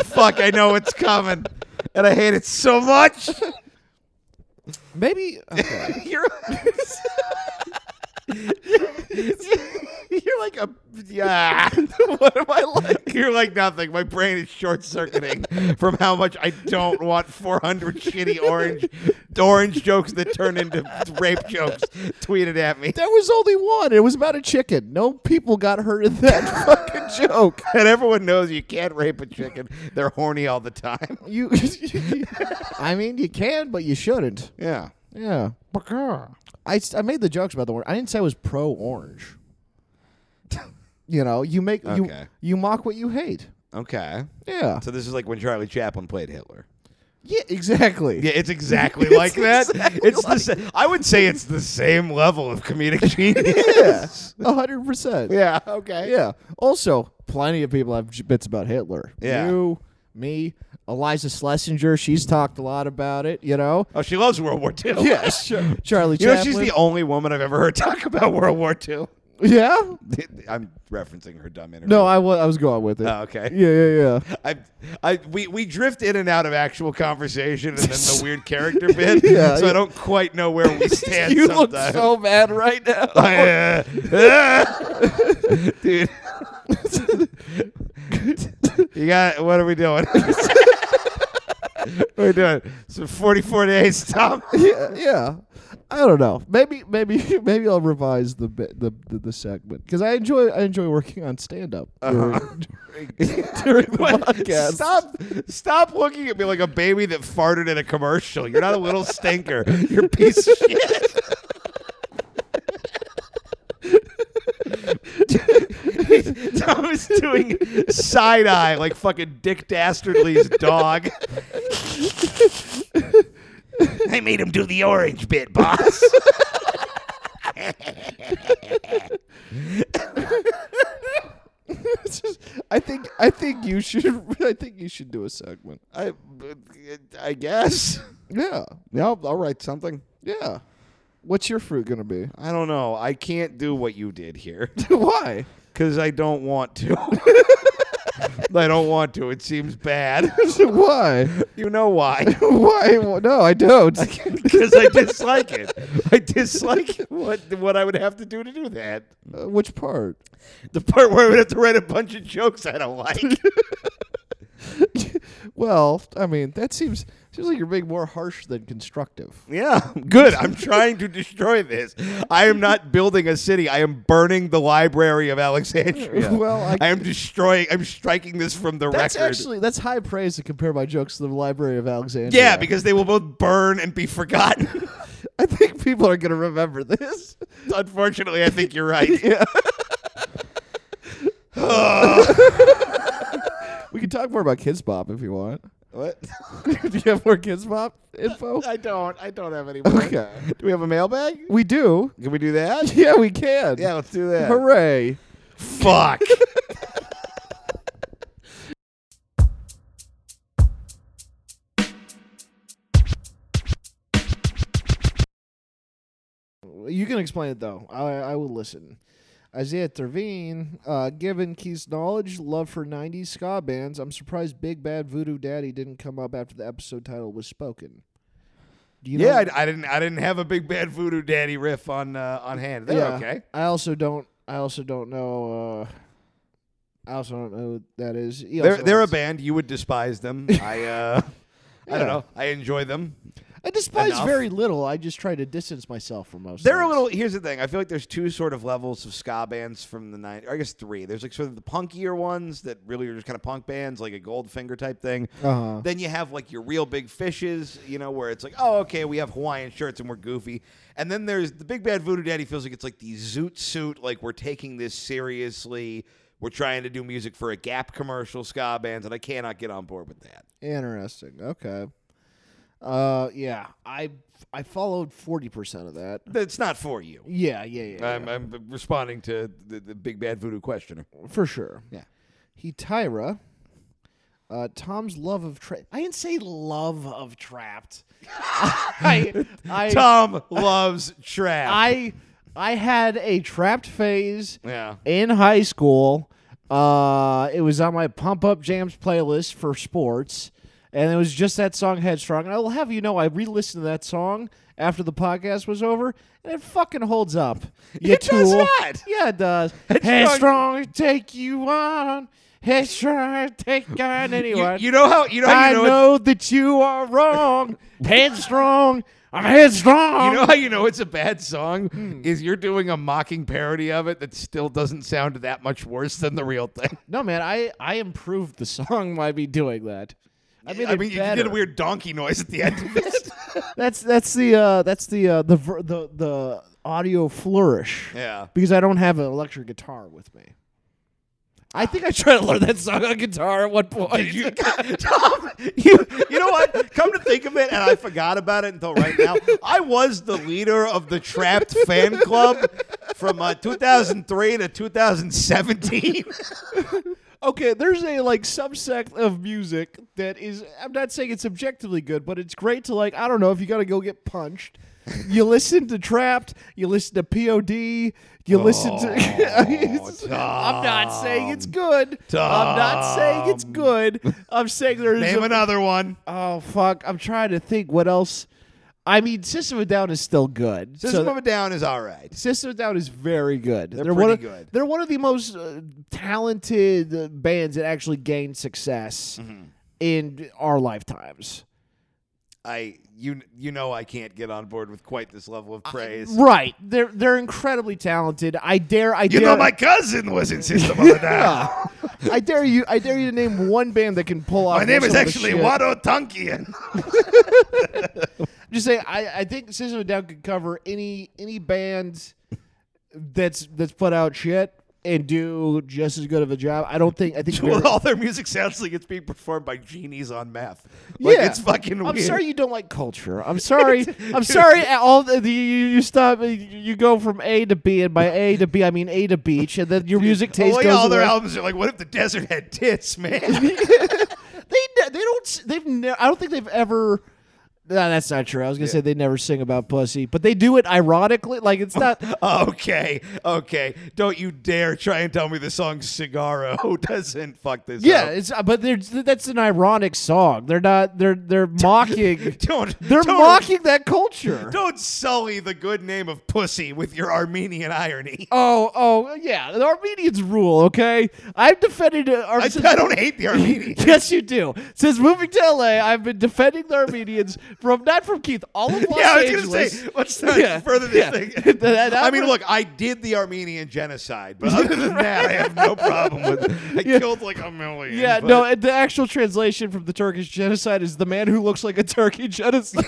fuck, I know it's coming. And I hate it so much.
Maybe okay.
You're, you're like a yeah. what am I like? You're like nothing. My brain is short circuiting from how much I don't want 400 shitty orange orange jokes that turn into rape jokes tweeted at me.
there was only one. It was about a chicken. No people got hurt in that fucking joke.
And everyone knows you can't rape a chicken. They're horny all the time.
You, I mean, you can, but you shouldn't.
Yeah.
Yeah. I, s- I made the jokes about the orange. I didn't say I was pro orange. you know, you make
Okay.
you you mock what you hate.
Okay.
Yeah.
So this is like when Charlie Chaplin played Hitler.
Yeah, exactly.
Yeah, it's exactly like that.
exactly
it's the sa- I would say it's the same level of comedic
Yeah.
genius.
A hundred percent.
yeah. Okay.
Yeah. Also, plenty of people have j- bits about Hitler.
Yeah.
You, me, Eliza Schlesinger. She's talked a lot about it. You know.
Oh, she loves World War II.
Yes. Char- Charlie
You know,
Chaplin.
she's the only woman I've ever heard talk about World War II.
yeah.
I'm referencing her dumb interview.
No, I wa- I was going with it.
Oh, okay.
Yeah, yeah, yeah.
I, I, we, we drift in and out of actual conversation and then the weird character bit.
Yeah,
so
yeah.
I don't quite know where we stand.
you look
sometimes.
so bad right now.
I, uh, dude. you got what are we doing? what are we doing? So 44 days, Tom.
yeah, yeah. I don't know. Maybe, maybe, maybe I'll revise the bit- the the, the segment because I enjoy I enjoy working on stand up.
Uh-huh,
During the
What?
podcast.
Stop stop looking at me like a baby that farted in a commercial. You're not a little stinker. You're a piece of shit. Tom is doing side eye like fucking Dick Dastardly's dog. I made him do the orange bit, boss.
I think I think you should I think you should do a segment.
I, I guess.
Yeah,
No, I'll write something.
yeah. What's your fruit gonna be?
I don't know. I can't do what you did here
Why?
because I don't want to. I don't want to. It seems bad.
Why?
You know why?
Why? Well, No, I don't.
Because I dislike it. I dislike what what I would have to do to do that.
Uh, which part?
The part where I would have to write a bunch of jokes I don't like.
Well, I mean, that seems seems like you're being more harsh than constructive.
Yeah, good. I'm trying to destroy this. I am not building a city. I am burning the library of Alexandria.
Well, I-
I am destroying. I'm striking this from the
That's
record.
actually that's high praise to compare my jokes to the Library of Alexandria.
yeah, because they will both burn and be forgotten.
I think people are gonna remember this.
Unfortunately, I think you're right.
We can talk more about Kids Bop if you want.
What?
Do you have more Kids Bop info?
I don't. I don't have any. more.
Okay.
Do we have a mailbag?
We do.
Can we do that?
Yeah, we can.
Yeah, let's do that.
Hooray.
Fuck.
You can explain it though. I, I will listen. Isaiah Terveen, uh, given Keith's knowledge, love for 90s ska bands, I'm surprised Big Bad Voodoo Daddy didn't come up after the episode title was spoken. Do you
yeah,
know?
I, I didn't. I didn't have a big bad voodoo daddy riff on uh, on hand. They're
Yeah.
okay.
I also don't. I also don't know. Uh, I also don't know what that is. He
They're
also
they're a
likes-
band. You would despise them. I uh, I
Yeah.
don't know. I enjoy them.
I despise
Enough.
very little. I just try to distance myself from most.
They're a
things.
little. Here's the thing. I feel like there's two sort of levels of ska bands from the nine. I guess three. There's like sort of the punkier ones that really are just kind of punk bands, like a Goldfinger type thing.
Uh-huh.
Then you have like your real big fishes, you know, where it's like, oh, okay, we have Hawaiian shirts and we're goofy. And then there's the big bad voodoo daddy feels like it's like the zoot suit, like we're taking this seriously. We're trying to do music for a Gap commercial ska bands, and I cannot get on board with that.
interesting. Okay. Uh, yeah, I I followed forty percent of that.
That's not for you.
Yeah, yeah, yeah,
I'm, I'm responding to the, the big bad voodoo questioner.
yeah, for sure.
Yeah.
he Tyra. Uh, Tom's love of trap. I didn't say love of trapped. I, I,
Tom loves trap.
I, I had a trapped phase.
yeah.
in high school. Uh, it was on my Pump Up Jams playlist for sports, and it was just that song Headstrong. And I will have you know, I re-listened to that song after the podcast was over, and it fucking holds up. You
It does not.
Yeah, it does. Headstrong, take you on. Headstrong, take on
You,
anyone.
you know how you know how
I
you know,
know,
it's-
that you are wrong. headstrong, I'm headstrong.
You know how you know it's a bad song is you're doing a mocking parody of it that still doesn't sound that much worse than the real thing.
No, man, I I improved the song by me doing that. I mean,
I mean, you, you did a weird donkey noise at the end of it.
That's that's the uh, that's the uh, the ver- the the audio flourish.
yeah.
Because I don't have an electric guitar with me. I think I tried to learn that song on guitar at one point.
You, Tom, you, you know what? Come to think of it, and I forgot about it until right now. I was the leader of the Trapped fan club from uh, 2003 to 2017.
okay, there's a like subsect of music that is I'm not saying it's objectively good, but it's great to like I don't know if you got to go get punched. you listen to Trapped, you listen to POD, you listen to It's- I'm not saying it's good. I'm not saying it's good. I'm saying there's
Name
a-
another one.
Oh fuck, I'm trying to think what else. I mean, System of a Down is still good. So
System
th-
of a Down is all right.
System of a Down is very good. They're, one
pretty
of,
good.
They're one of the most uh, talented uh, bands that actually gained success
Mm-hmm.
in our lifetimes.
I you you know I can't get on board with quite this level of praise.
Right? They're they're incredibly talented. I dare. I
you
dare,
know my cousin was in System of a Down.
Yeah. I dare you. I dare you to name one band that can pull off.
My name
this
is
sort of
actually
shit.
Wado Tunkian.
Just saying, I, I think System of a Down could cover any any band that's that's put out shit and do just as good of a job. I don't think I think.
well,
very-
all their music sounds like it's being performed by genies on meth. Like
Yeah.
it's fucking
I'm
weird.
sorry you don't like culture. I'm sorry. I'm sorry. All the, the you, you stop. You, you go from A to B, and by A to B, I mean A to beach, and then your music
Oh,
taste
like,
goes.
all their
away.
albums are like, what if the desert had tits, man?
They ne- they don't s- they've never I don't think they've ever no, that's not true. I was gonna say they never sing about pussy, but they do it ironically. Like it's not.
okay, okay. Don't you dare try and tell me the song Cigaro doesn't fuck this
yeah,
up.
it's uh, but they're, that's an ironic song. They're not. They're they're mocking.
Don't,
they're
don't,
mocking that culture.
Don't sully the good name of pussy with your Armenian irony.
Oh oh yeah, the Armenians rule. Okay, I've defended. Uh, Ar-
I,
since-
I don't hate the Armenians.
Yes, you do. Since moving to LA, I've been defending the Armenians from not from Keith, all of Los
yeah, I was
Angeles.
gonna say, let's not
Yeah,
further this
yeah.
thing.
That- that-
I mean, look, I did the Armenian genocide, but other than that, I have no problem with. it. I killed like a million.
Yeah,
but-
no, the actual translation from the Turkish genocide is the man who looks like a turkey genocide.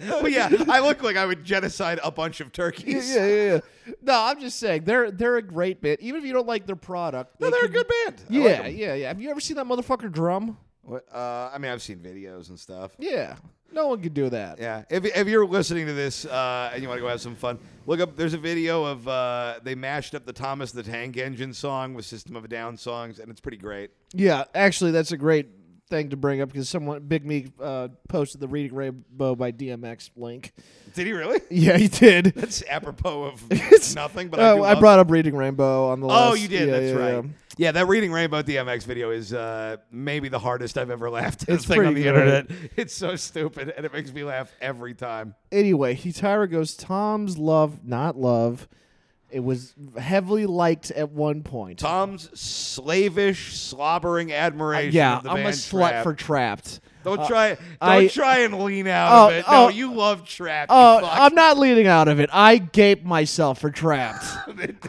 Well, yeah, I look like I would genocide a bunch of turkeys.
yeah, yeah. No, I'm just saying they're they're a great band. Even if you don't like their product,
No,
they
they're a
can-
good band. I
Yeah,
like 'em.
yeah, yeah. Have you ever seen that motherfucker drum?
What- uh, I mean, I've seen videos and stuff.
Yeah, no one can do that.
Yeah, if, if you're listening to this uh, and you want to go have some fun, look up. There's a video of uh, they mashed up the Thomas the Tank Engine song with System of a Down songs, and it's pretty great.
Yeah, actually, that's a great thing to bring up because someone Big Me uh, posted the Reading Rainbow by DMX link.
Did he really?
Yeah, he did.
It's apropos of nothing, but I,
Oh,
do
I
love-
brought up Reading Rainbow on the last.
Oh, you did.
yeah,
That's
yeah,
right.
yeah.
Yeah. that reading Rainbow DMX video is uh, maybe the hardest I've ever laughed at
It's
thing on the
pretty
internet. It's so stupid, and it makes me laugh every time.
Anyway, he Tyra goes, Tom's love, not love. It was heavily liked at one point.
Tom's slavish, slobbering admiration.
yeah,
of the
I'm a
band
slut
Trap.
for trapped.
Don't try. Don't
I-
try and lean out of
Oh,
it. No,
oh.
you love Trap.
Oh,
you fuck.
I'm not leading out of it. I gape myself for trapped.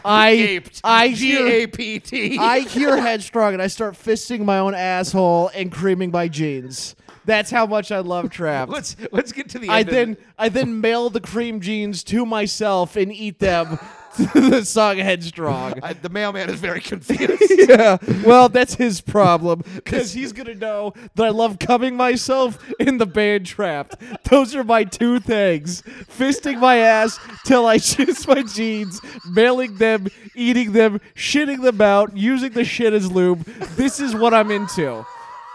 I
Gaped.
I
G
hear
A P T.
I hear headstrong and I start fisting my own asshole and creaming my jeans. That's how much I love trapped.
Let's let's get to the.
I
end of
then
it.
I then mail the cream jeans to myself and eat them the song Headstrong.
I, the mailman is very confused.
yeah. Well, that's his problem because he's gonna know that I love cumming myself in the band trapped. Those are my two things: fisting my ass till I shit my jeans, mailing them, eating them, shitting them out, using the shit as lube. This is what I'm into.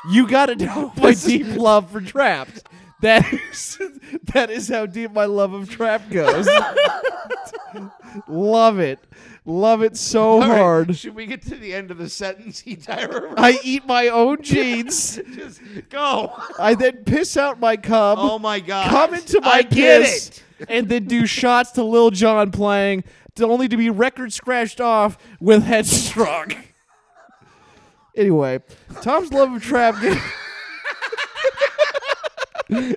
You gotta know my deep love for trapped. That is, that is how deep my love of trap goes. love it. Love it so
All right,
hard.
Should we get to the end of the sentence, E. Tyra?
I eat my own jeans.
Just go.
I then piss out my cum.
Oh my god.
come into my
I get
piss,
it.
and then do shots to Lil Jon playing, to only to be record scratched off with Headstrong. anyway, Tom's love of trap. Game-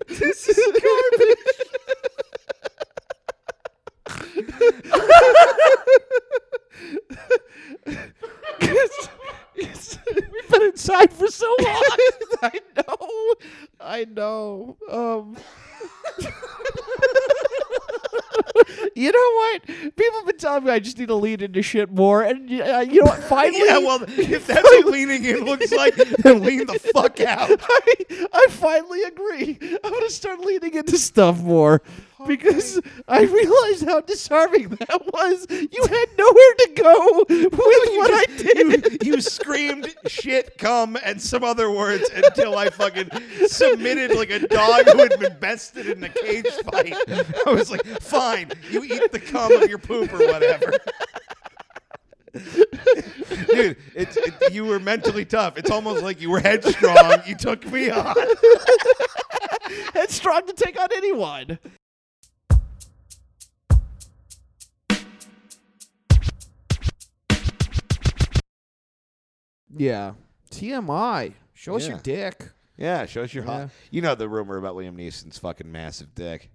We've been inside for so long. I know. I know. Um, you know what? People have been telling me I just need to lean into shit more, and uh, you know what? Finally,
Yeah, well, if that's what leaning in looks like, then lean the fuck out.
I, I finally agree. I'm gonna start leaning into stuff more because I realized how disarming that was. You had nowhere to go with what I did.
You screamed shit, come, and some other words until I fucking submitted like a dog who had been bested in a cage fight. I was like, fine, you eat the cum of your poop or whatever. Dude, it's it, you were mentally tough. It's almost like you were headstrong. You took me on.
Headstrong to take on anyone. Yeah.
TMI. Show us
Yeah.
your dick.
Yeah, show us your hot.
Yeah.
You know the rumor about Liam Neeson's fucking massive dick.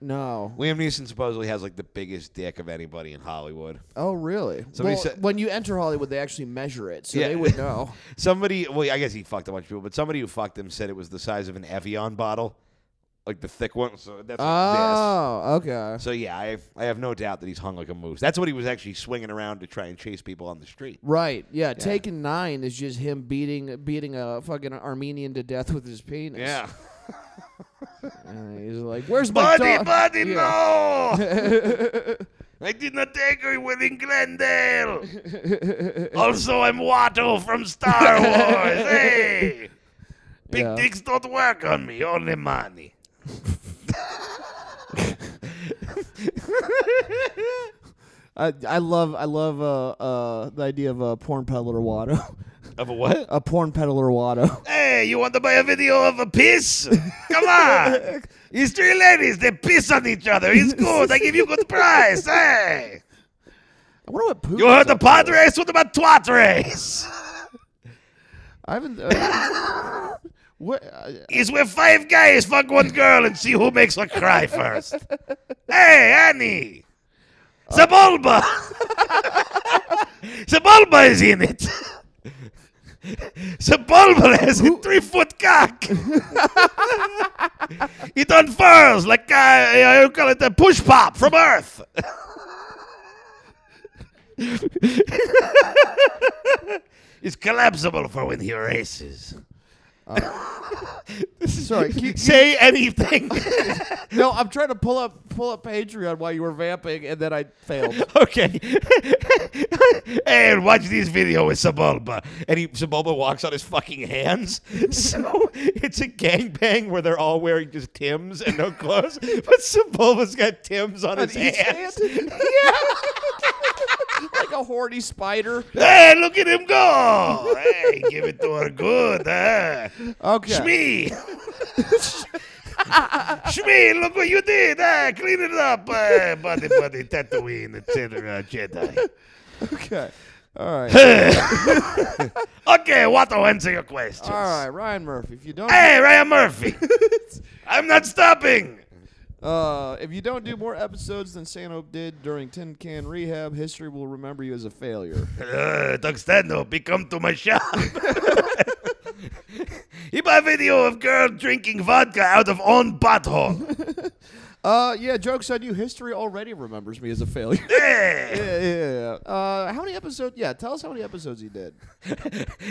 No.
Liam Neeson supposedly has like the biggest dick of anybody in Hollywood.
Oh, really?
Somebody
well,
said-
when you enter Hollywood, they actually measure it, so
Yeah.
they would know.
Somebody, well, I guess he fucked a bunch of people, but somebody who fucked him said it was the size of an Evian bottle, like the thick one. So that's like
oh, okay.
this. So yeah, I have, I have no doubt that he's hung like a moose. That's what he was actually swinging around to try and chase people on the street.
Right. Yeah. Taken nine is just him beating beating a fucking Armenian to death with his penis.
Yeah,
And he's like, "Where's my
buddy,
dog?"
buddy,
Yeah.
no! I did not take her within Glendale. also, I'm Watto from Star Wars. Hey, big
Yeah.
dicks don't work on me, only money.
I, I love I love uh, uh, the idea of a porn peddler Watto,
Of a what?
a porn peddler Watto.
Hey, you want to buy a video of a piss? Come on. It's three ladies. They piss on each other. It's good. I give you good price. Hey.
I wonder what poop.
You heard the Padres? What about twat race?
I haven't. uh, what? I-
It's where five guys fuck one girl and see who makes her cry first. Hey, Annie. Zabulba. Zabulba is in it. Zabulba has a three foot cock. it unfurls like uh, I call it a push pop from Earth. it's collapsible for when he races.
sorry. keep-
Say anything.
no, I'm trying to pull up pull up Patreon while you were vamping, and then I failed.
okay. and watch this video with Sabulba. And he Sabulba walks on his fucking hands. So it's a gangbang where they're all wearing just Tim's and no clothes. But Sabulba's got Tim's on, his
each
hands.
like a horny spider.
Hey, look at him go. hey, give it to her good, huh? Shmee. Shmee, look what you did. Ah, clean it up. Uh, buddy, buddy, Tatooine, etc. Jedi.
Okay. All right.
Okay, Watto, answer your questions.
All right, Ryan Murphy. If you don't,
Hey, Ryan Murphy. I'm not stopping.
uh, if you don't do more episodes than Sano did during Tin Can Rehab, history will remember you as a failure.
Uh, Doug Stanhope, he come to my shop. he bought a video of girl drinking vodka out of own butthole.
Uh, yeah, jokes on you. History already remembers me as a failure. yeah, yeah, yeah. Uh, how many episodes? Yeah, tell us how many episodes you did.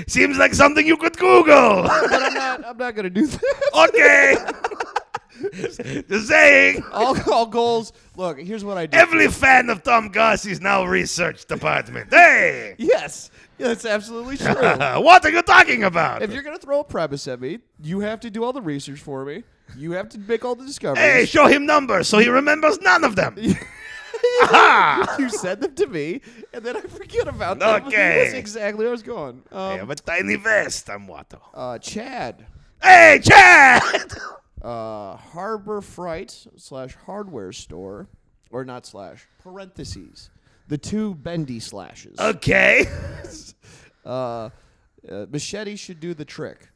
Seems like something you could Google.
But I'm not. I'm not gonna do that.
okay. the saying.
All, all goals. Look, here's what I did.
Every fan of Tom Goss is now research department. Hey,
yes, yeah, that's absolutely true.
what are you talking about?
if you're gonna throw a premise at me, you have to do all the research for me. You have to make all the discoveries.
Hey, show him numbers so he remembers none of them. Aha!
you send them to me, and then I forget about them.
Okay.
That's exactly where I was going.
I
Um,
have a tiny vest. I'm Watto.
uh, Chad,
Hey, Chad!
uh, Harbor Fright slash hardware store, or not slash, parentheses. The two bendy slashes. Uh,
okay.
uh, machete should do the trick.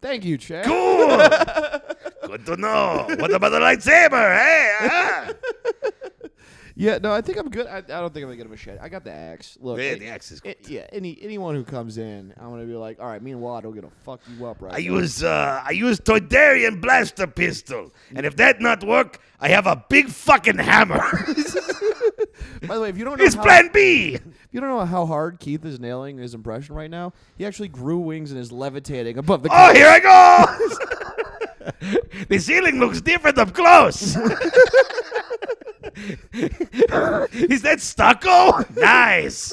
Thank you, Chad.
Cool. Good to know. What about the lightsaber? Hey, ah.
Yeah, no, I think I'm good. I, I don't think I'm gonna get a machete. I got the axe. Look,
Yeah,
it-
the axe is
it- yeah, any anyone who comes in, I'm gonna be like, all right, me and Wad are gonna fuck you up right
I
now.
use uh, I use Toydarian blaster pistol, and if that not work, I have a big fucking hammer.
By the way, if you don't know
it's
how,
Plan B.
If you don't know how hard Keith is nailing his impression right now, he actually grew wings and is levitating above the.
Oh, here I go. the ceiling looks different up close. Is that stucco? Nice.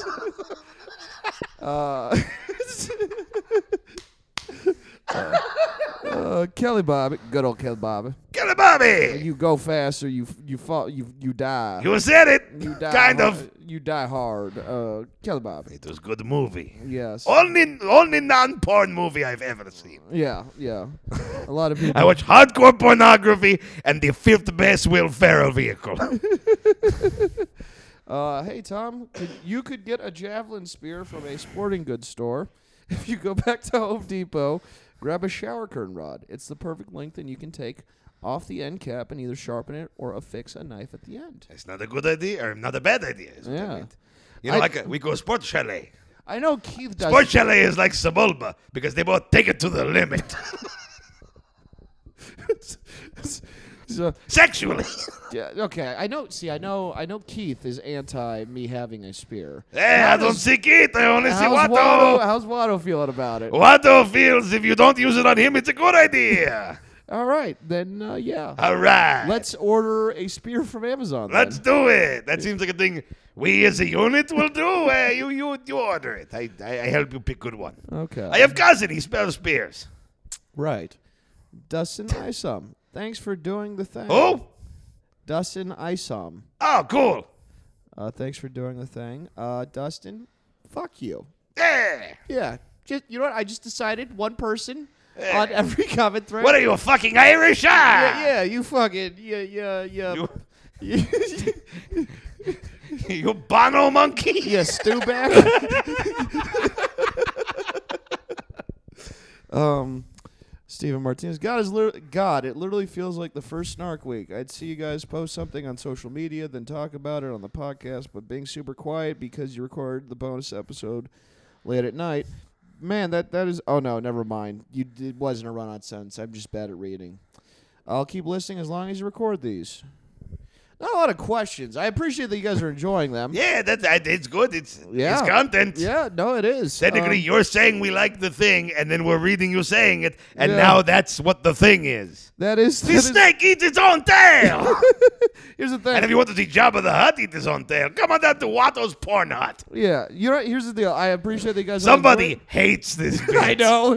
Uh, Kelly Bob, good old Kelly Bob.
Get it, Bobby.
You go fast or you f- you fall you you die.
You said it.
You die
kind
hard,
of.
You die hard. Uh, Kelly Bob.
It was good movie.
Yes.
Only only non-porn movie I've ever seen.
Yeah, yeah. A lot of people.
I watch hardcore pornography and the fifth best Will Ferrell vehicle.
Uh, hey Tom, could, you could get a javelin spear from a sporting goods store if you go back to Home Depot. Grab a shower curtain rod. It's the perfect length, and you can take off the end cap and either sharpen it or affix a knife at the end.
It's not a good idea or not a bad idea. is what I
Yeah.
meant. You know,
I-
like uh, we go sports chalet.
I know Keith does.
Sports chalet is like Sebulba because they both take it to the limit
so-
sexually.
yeah, okay, I know. See, I know. I know Keith is anti me having a spear.
hey, Eh, I don't see it. I only see
How's Watto? Oh.
Watto.
How's Watto feeling about it?
Watto feels if you don't use it on him, it's a good idea.
All right, then. Uh, yeah,
All right.
let's order a spear from Amazon. then.
Let's do it. That seems like a thing we as a unit will do. Uh, you, you, you order it. I, I, I help you pick good one.
Okay.
I have cousin. He spells spears.
Right. Dustin Isom. Thanks for doing the thing.
Oh,
Dustin Isom.
oh, cool.
Uh, thanks for doing the thing. Uh, Dustin, fuck you.
Yeah.
Yeah. Just you know what? I just decided one person on every comment thread.
Eh. What are you, a fucking Irish? Ah!
yeah, yeah, you fucking yeah, yeah, yeah.
You,
yeah,
you Bono monkey?
Stewback. um, Steven Martinez. God is lit God. It literally feels like the first snark week. I'd see you guys post something on social media, then talk about it on the podcast, but being super quiet because you record the bonus episode late at night. Man, that that is. Oh no, never mind. You it wasn't a run-on sentence. I'm just bad at reading. I'll keep listening as long as you record these. Not a lot of questions. I appreciate that you guys are enjoying them.
Yeah, that, that it's good. It's
Yeah.
it's content.
Yeah, no, it is.
Technically,
Um,
you're saying we like the thing, and then we're reading you saying it, and
Yeah.
now that's what the thing is.
that is. that
The
is-
snake eats its own tail.
here's the
and
thing.
if you want to see Jabba the Hutt eat his own tail, come on down to Watto's porn hut.
yeah, you know. Here's the deal. I appreciate that you guys. are
Somebody
enjoying-
hates this bit.
I know.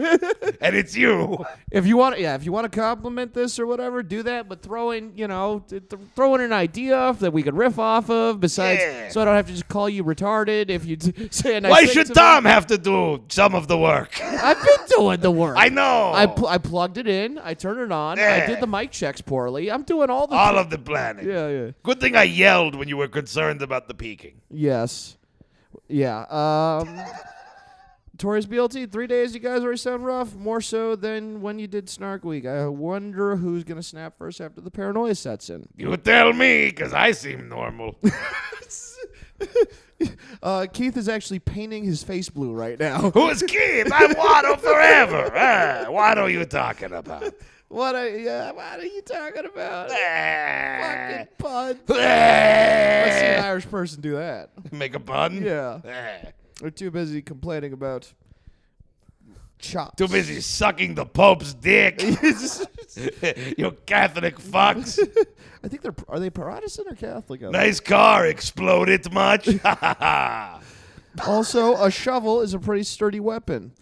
and it's you.
if you want, yeah, if you want to compliment this or whatever, do that. But throw in, you know, th- th- throw in an idea that we could riff off of. Besides,
Yeah.
so I don't have to just call you retarded if you t- say a nice
Why
thing to
should
me.
Tom have to do some of the work?
I've been doing the work.
I know.
I, pl- I plugged it in. I turned it on. I
Yeah. Uh,
did the mic checks poorly. I'm doing all the.
All of the planning.
yeah, yeah.
Good thing I yelled when you were concerned about the peaking.
Yes. Yeah. Um, Taurus BLT, three days. You guys already sound rough, more so than when you did Snark Week. I wonder who's going to snap first after the paranoia sets in.
You tell me, because I seem normal.
Uh, Keith is actually painting his face blue right now.
Who is Keith? I'm Watto forever. Ah, what are you talking about?
What are you, what are you talking about?
Ah.
Fucking pun. I see an Irish person do that.
Make a pun? Ah.
Yeah.
Yeah.
They're too busy complaining about chops.
Too busy sucking the Pope's dick. you Catholic fucks.
I think they're are they Protestant or Catholic? out there?
Nice car. Exploded much? That's
Also, a shovel is a pretty sturdy weapon.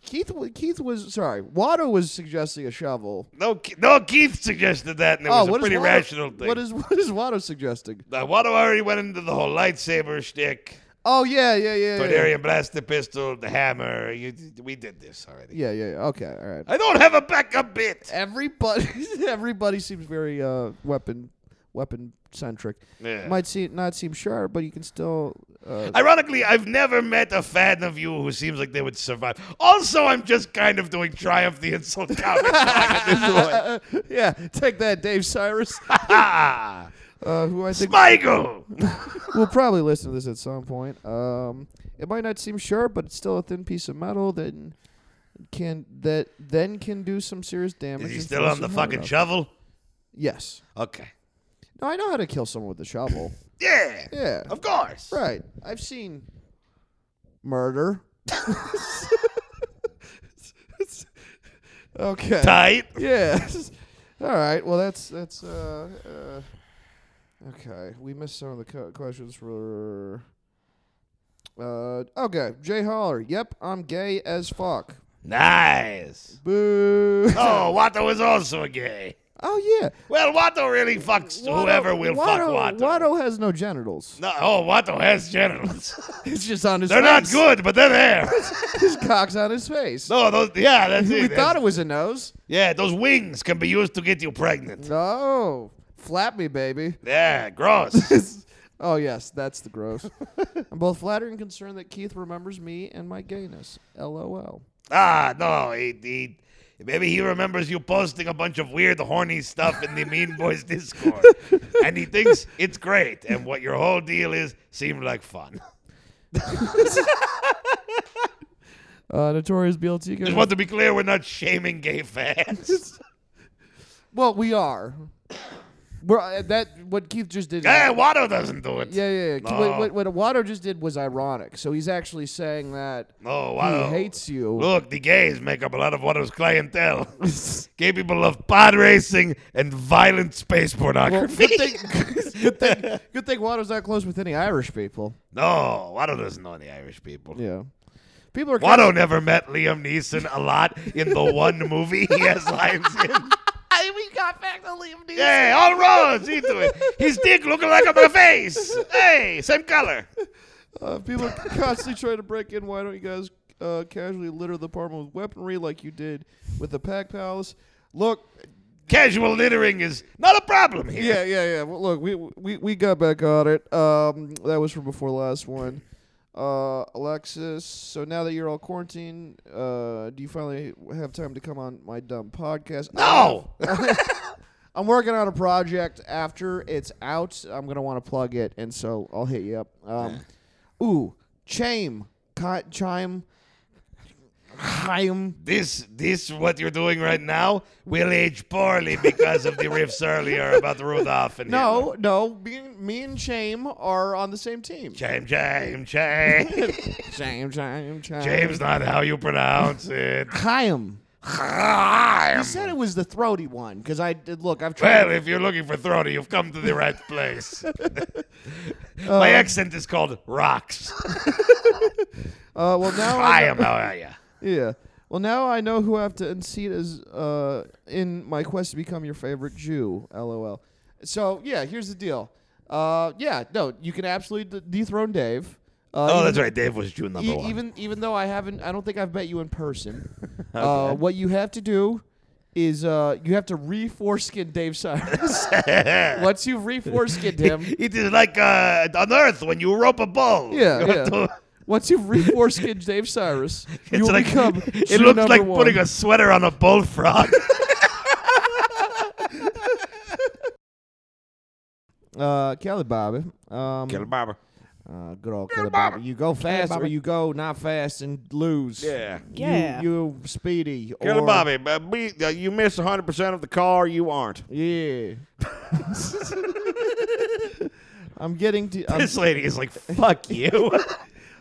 Keith, wa- Keith was sorry. Watto was suggesting a shovel.
No, Ke- no, Keith suggested that, and it
Oh,
was a
what is
pretty
Watto-
rational thing.
What is what is Watto suggesting?
Uh, Watto already went into the whole lightsaber shtick.
Oh yeah, yeah, yeah, yeah, yeah,
Targaryen blast the pistol, the hammer. You, we did this already.
yeah, yeah. yeah. Okay, all right.
I don't have a backup bit.
Everybody, everybody seems very uh, weapon weapon centric.
Yeah.
Might see not seem sharp, but you can still. Uh,
Ironically, I've never met a fan of you who seems like they would survive. Also, I'm just kind of doing Triumph the Insult Comic at this point.
yeah, take that, Dave Cyrus,
Ah,
uh, who I think
Smigel!
we will probably listen to this at some point. Um, it might not seem sharp, but it's still a thin piece of metal that can that then can do some serious damage.
Is he
if
still
thrown
on the
some hard
fucking
enough.
shovel?
Yes.
Okay.
No, I know how to kill someone with a shovel.
Yeah.
Yeah.
Of course.
right. I've seen murder. okay.
Tight.
Yeah. All right. Well, that's that's. Uh, uh, okay, we missed some of the co- questions for. Uh, okay, Jay Holler. Yep, I'm gay as fuck.
Nice.
Boo.
Oh, Watto is also a gay.
oh yeah.
Well, Watto really fucks whoever will fuck Watto.
Watto has no genitals.
No, oh, Watto has genitals.
It's just on his.
they're not good, but they're there.
His cock's on his face.
no, those, yeah, that's
we
it.
thought
That's-
it was a nose.
yeah, those wings can be used to get you pregnant.
No, flap me, baby.
Yeah, gross.
Oh yes, that's the gross. I'm both flattered and concerned that Keith remembers me and my gayness. LOL.
ah, no, he, he, maybe he remembers you posting a bunch of weird, horny stuff in the Mean Boys Discord, and he thinks it's great, and what your whole deal is seemed like fun.
Uh, Notorious BLT.
Just want to be clear, we're not shaming gay fans.
Well, we are. We're uh, that what Keith just did.
yeah, Watto doesn't do it.
yeah, yeah. yeah.
No.
What, what, what Watto just did was ironic. So he's actually saying that
No,
he
Watto
hates you.
Look, the gays make up a lot of Watto's clientele. Gay people love pod racing and violent space pornography.
good thing, good thing Watto's not close with any Irish people.
no, Watto doesn't know any Irish people.
Yeah, people are.
Watto never met Liam Neeson a lot in the one movie he has lines in.
we got back to Liam Neeson.
Yeah, all roads into it. His dick looking like a my face. Hey, same color.
Uh, people are constantly trying to break in. Why don't you guys uh, casually litter the apartment with weaponry like you did with the Pack Palace? Look,
Casual littering is not a problem here.
yeah, yeah, yeah. Well, look, we, we we got back on it. Um, that was from before last one. Uh, Alexis, so now that you're all quarantined, uh, do you finally have time to come on my dumb podcast?
No.
I'm working on a project. After it's out, I'm gonna want to plug it, and so I'll hit you up. Um, ooh, chime, chi- chime, chime.
This this what you're doing right now will age poorly because of the riffs earlier about Rudolph and
No, no, me, me and Chame are on the same team.
Hitler. James James James
Chame, chime, chime.
James not how you pronounce it.
Chaim.
Chaim.
I said it was the throaty one because I did look. I've tried.
Well, if you're looking for throaty, you've come to the right place. My accent is called rocks. oh,
Uh, well now, I,
Chaim, how are ya?
yeah. Well now I know who I have to unseat as uh, in my quest to become your favorite Jew. LOL. So yeah, here's the deal. Uh, yeah, no, you can absolutely d- dethrone Dave. Uh,
Oh,
even-
that's right. Dave was Jew number
e-
one.
even even though I haven't, I don't think I've met you in person. uh, what you have to do is uh, you have to re-foreskin Dave Cyrus. Once you've re-foreskinned him,
It is like uh, on Earth when you rope a bull.
Yeah,
You have
yeah.
to-
Once you've reforeskin Dave Cyrus, you
it's
will
like
become.
it
Jew
looks
number
like
one.
putting a sweater on a bullfrog.
uh, Kelly Bobby. Um,
Barber.
Uh, good old Killer Baba. You go fast or
Baba.
you go not fast and lose.
Yeah.
You-
Yeah.
You, speedy.
Killer
or-
Bobby, but we, uh, you miss 100% of the car you aren't.
Yeah. I'm getting to. I'm,
This lady is like, fuck you.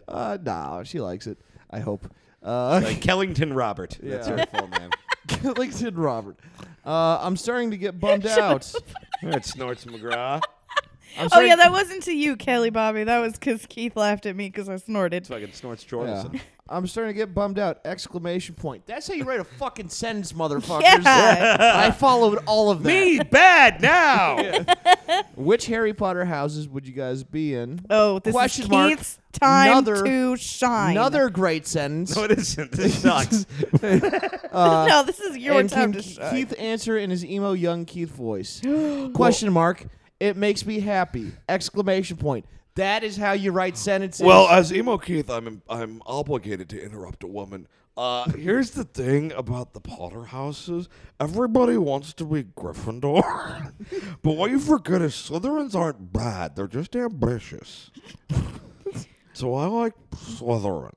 uh, nah, she likes it. I hope. Uh,
like Kellington Robert. That's
Yeah.
her full name.
Killington Robert. Uh, I'm starting to get bummed out.
That snorts McGraw.
I'm
Oh yeah,
starting-
that wasn't to you, Kelly Bobby. That was because Keith laughed at me because I snorted.
Fucking snorts
Yeah.
Jordan.
I'm starting to get bummed out. Exclamation point. That's how you write a fucking sentence, motherfuckers.
Yeah.
I followed all of that.
Me bad now.
Which Harry Potter houses would you guys be in?
Oh, this
Question
is
mark.
Keith's time
Another-
to shine.
Another great sentence.
No, it isn't. This sucks.
no, this is your
and
time
can
to
Ke-
shine.
Keith answer in his emo young Keith voice? Question mark. It makes me happy. Exclamation point. That is how you write sentences.
uh,
Well, as emo Keith, I'm I'm obligated to interrupt a woman. Uh, here's the thing about the Potter houses: everybody wants to be Gryffindor, but what you forget is Slytherins aren't bad; they're just ambitious. so I like Slytherin,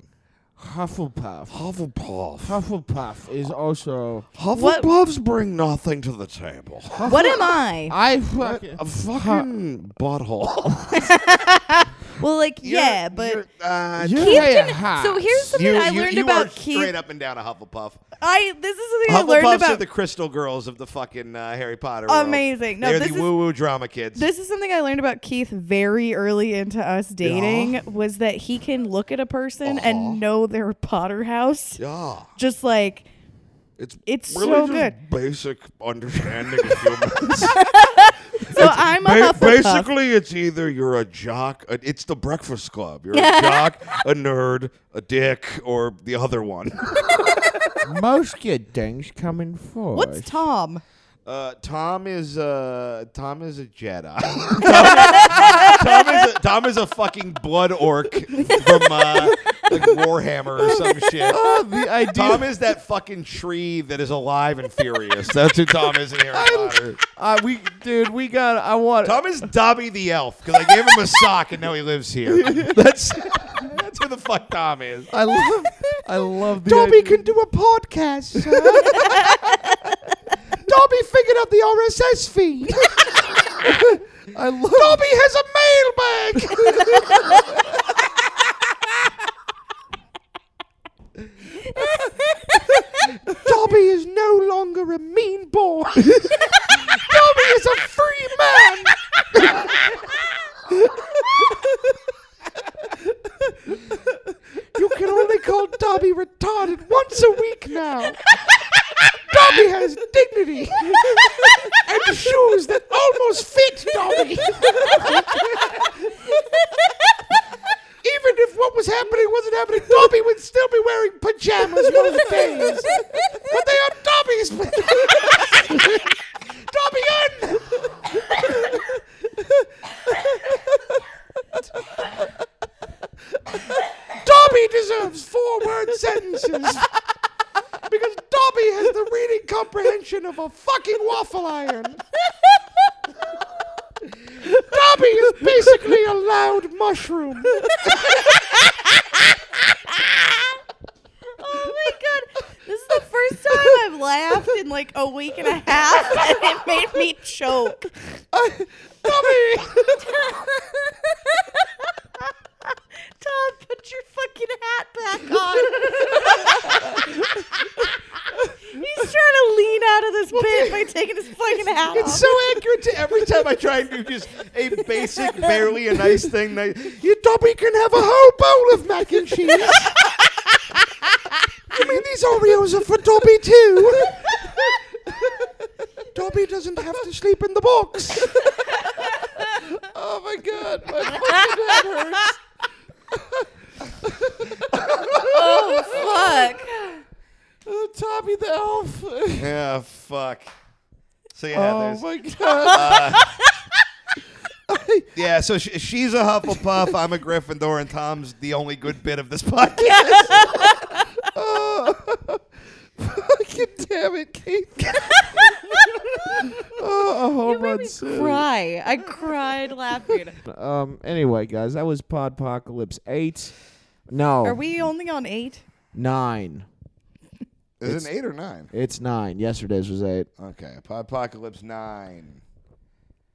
Hufflepuff.
Hufflepuff.
Hufflepuff is also.
What-
Hufflepuffs bring nothing to the table.
What am I?
I uh, fucking.
A fucking butthole.
Well, like yeah,
You're,
but
uh,
You're
Keith
a
can.
hot.
So here's something
you,
I
you-
learned
you are
about
Straight
Keith.
up and down a Hufflepuff.
I this is something I
Hufflepuffs
learned
are
about.
the crystal girls of the fucking uh, Harry Potter. world.
Amazing. No,
They're
this
the
is-
woo-woo drama kids.
This is something I learned about Keith very early into us dating was that he can look at a person and know their Potter house.
yeah.
Just like
It's
It's
really
so
just
good.
Basic understanding of humans.
so I'm a
Ba-
Hufflepuff.
basically, it's either you're a jock. uh, It's the Breakfast Club. You're a jock, a nerd, a dick, or the other one.
Most good things coming forth.
What's Tom?
Uh, Tom is uh, Tom is a Jedi. Tom, is a, Tom is a fucking blood orc from uh, like Warhammer or some shit.
the idea?
Tom is that fucking tree that is alive and furious. That's who Tom is in Harry Potter.
Uh, we, dude, we got. I want.
Tom is Dobby the elf because I gave him a sock and now he lives here. That's that's who the fuck Tom is.
I love. I love the. Dobby can do a podcast. Sir. Dobby figured out the RSS feed. I love. Dobby has a mailbag. Dobby is no longer a mean boy. Dobby is a free man. You can only call Dobby retarded once a week now. Dobby has dignity and shoes that almost fit Dobby. Even if what was happening wasn't happening, Dobby would still be wearing pajamas most days. But they are Dobby's. Dobby earned them. Dobby deserves four word sentences. Because Dobby has the reading comprehension of a fucking waffle iron. Dobby is basically a loud mushroom.
Oh my god. This is the first time I've laughed in like a week and a half and it made me choke.
Dobby!
Tom, put your fucking hat back on. He's trying to lean out of this pit by taking his fucking hat off.
It's so accurate to every time I try and do just a basic, barely a nice thing. That,
You Dobby can have a whole bowl of mac and cheese. I mean, these Oreos are for Dobby too. Dobby doesn't have to sleep in the box. oh my god, my fucking head hurts.
oh fuck.
Uh, Dobby the elf.
yeah, fuck. So yeah,
oh
there's
my god.
yeah. So sh- she's a Hufflepuff. I'm a Gryffindor, and Tom's the only good bit of this podcast.
fucking damn it, Kate. oh, I hope
made
I'm
me
sick.
cry. I cried laughing.
Um. Anyway, guys, that was Podpocalypse eight. No,
Are we only on eight?
nine.
Is it eight or nine?
It's nine. Yesterday's was eight.
Okay, Podpocalypse nine.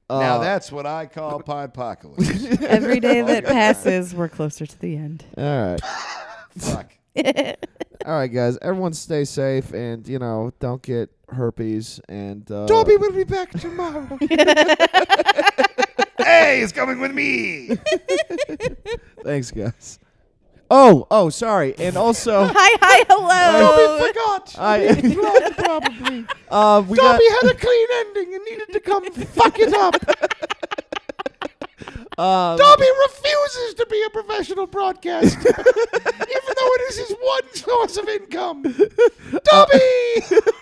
Uh,
now that's what I call Podpocalypse.
Every day that passes, we're closer to the end.
all right.
Fuck.
All right, guys. Everyone, stay safe and you know don't get herpes. And uh,
Dobby will be back tomorrow.
hey, he's coming with me.
Thanks, guys. Oh, oh, sorry. And also,
Hi, hi,
Oh
hello.
Forgot.
I
Probably.
uh, we got.
Dobby had a clean ending and needed to come fuck it up.
Uh,
Dobby refuses to be a professional broadcaster, even though it is his one source of income. Dobby!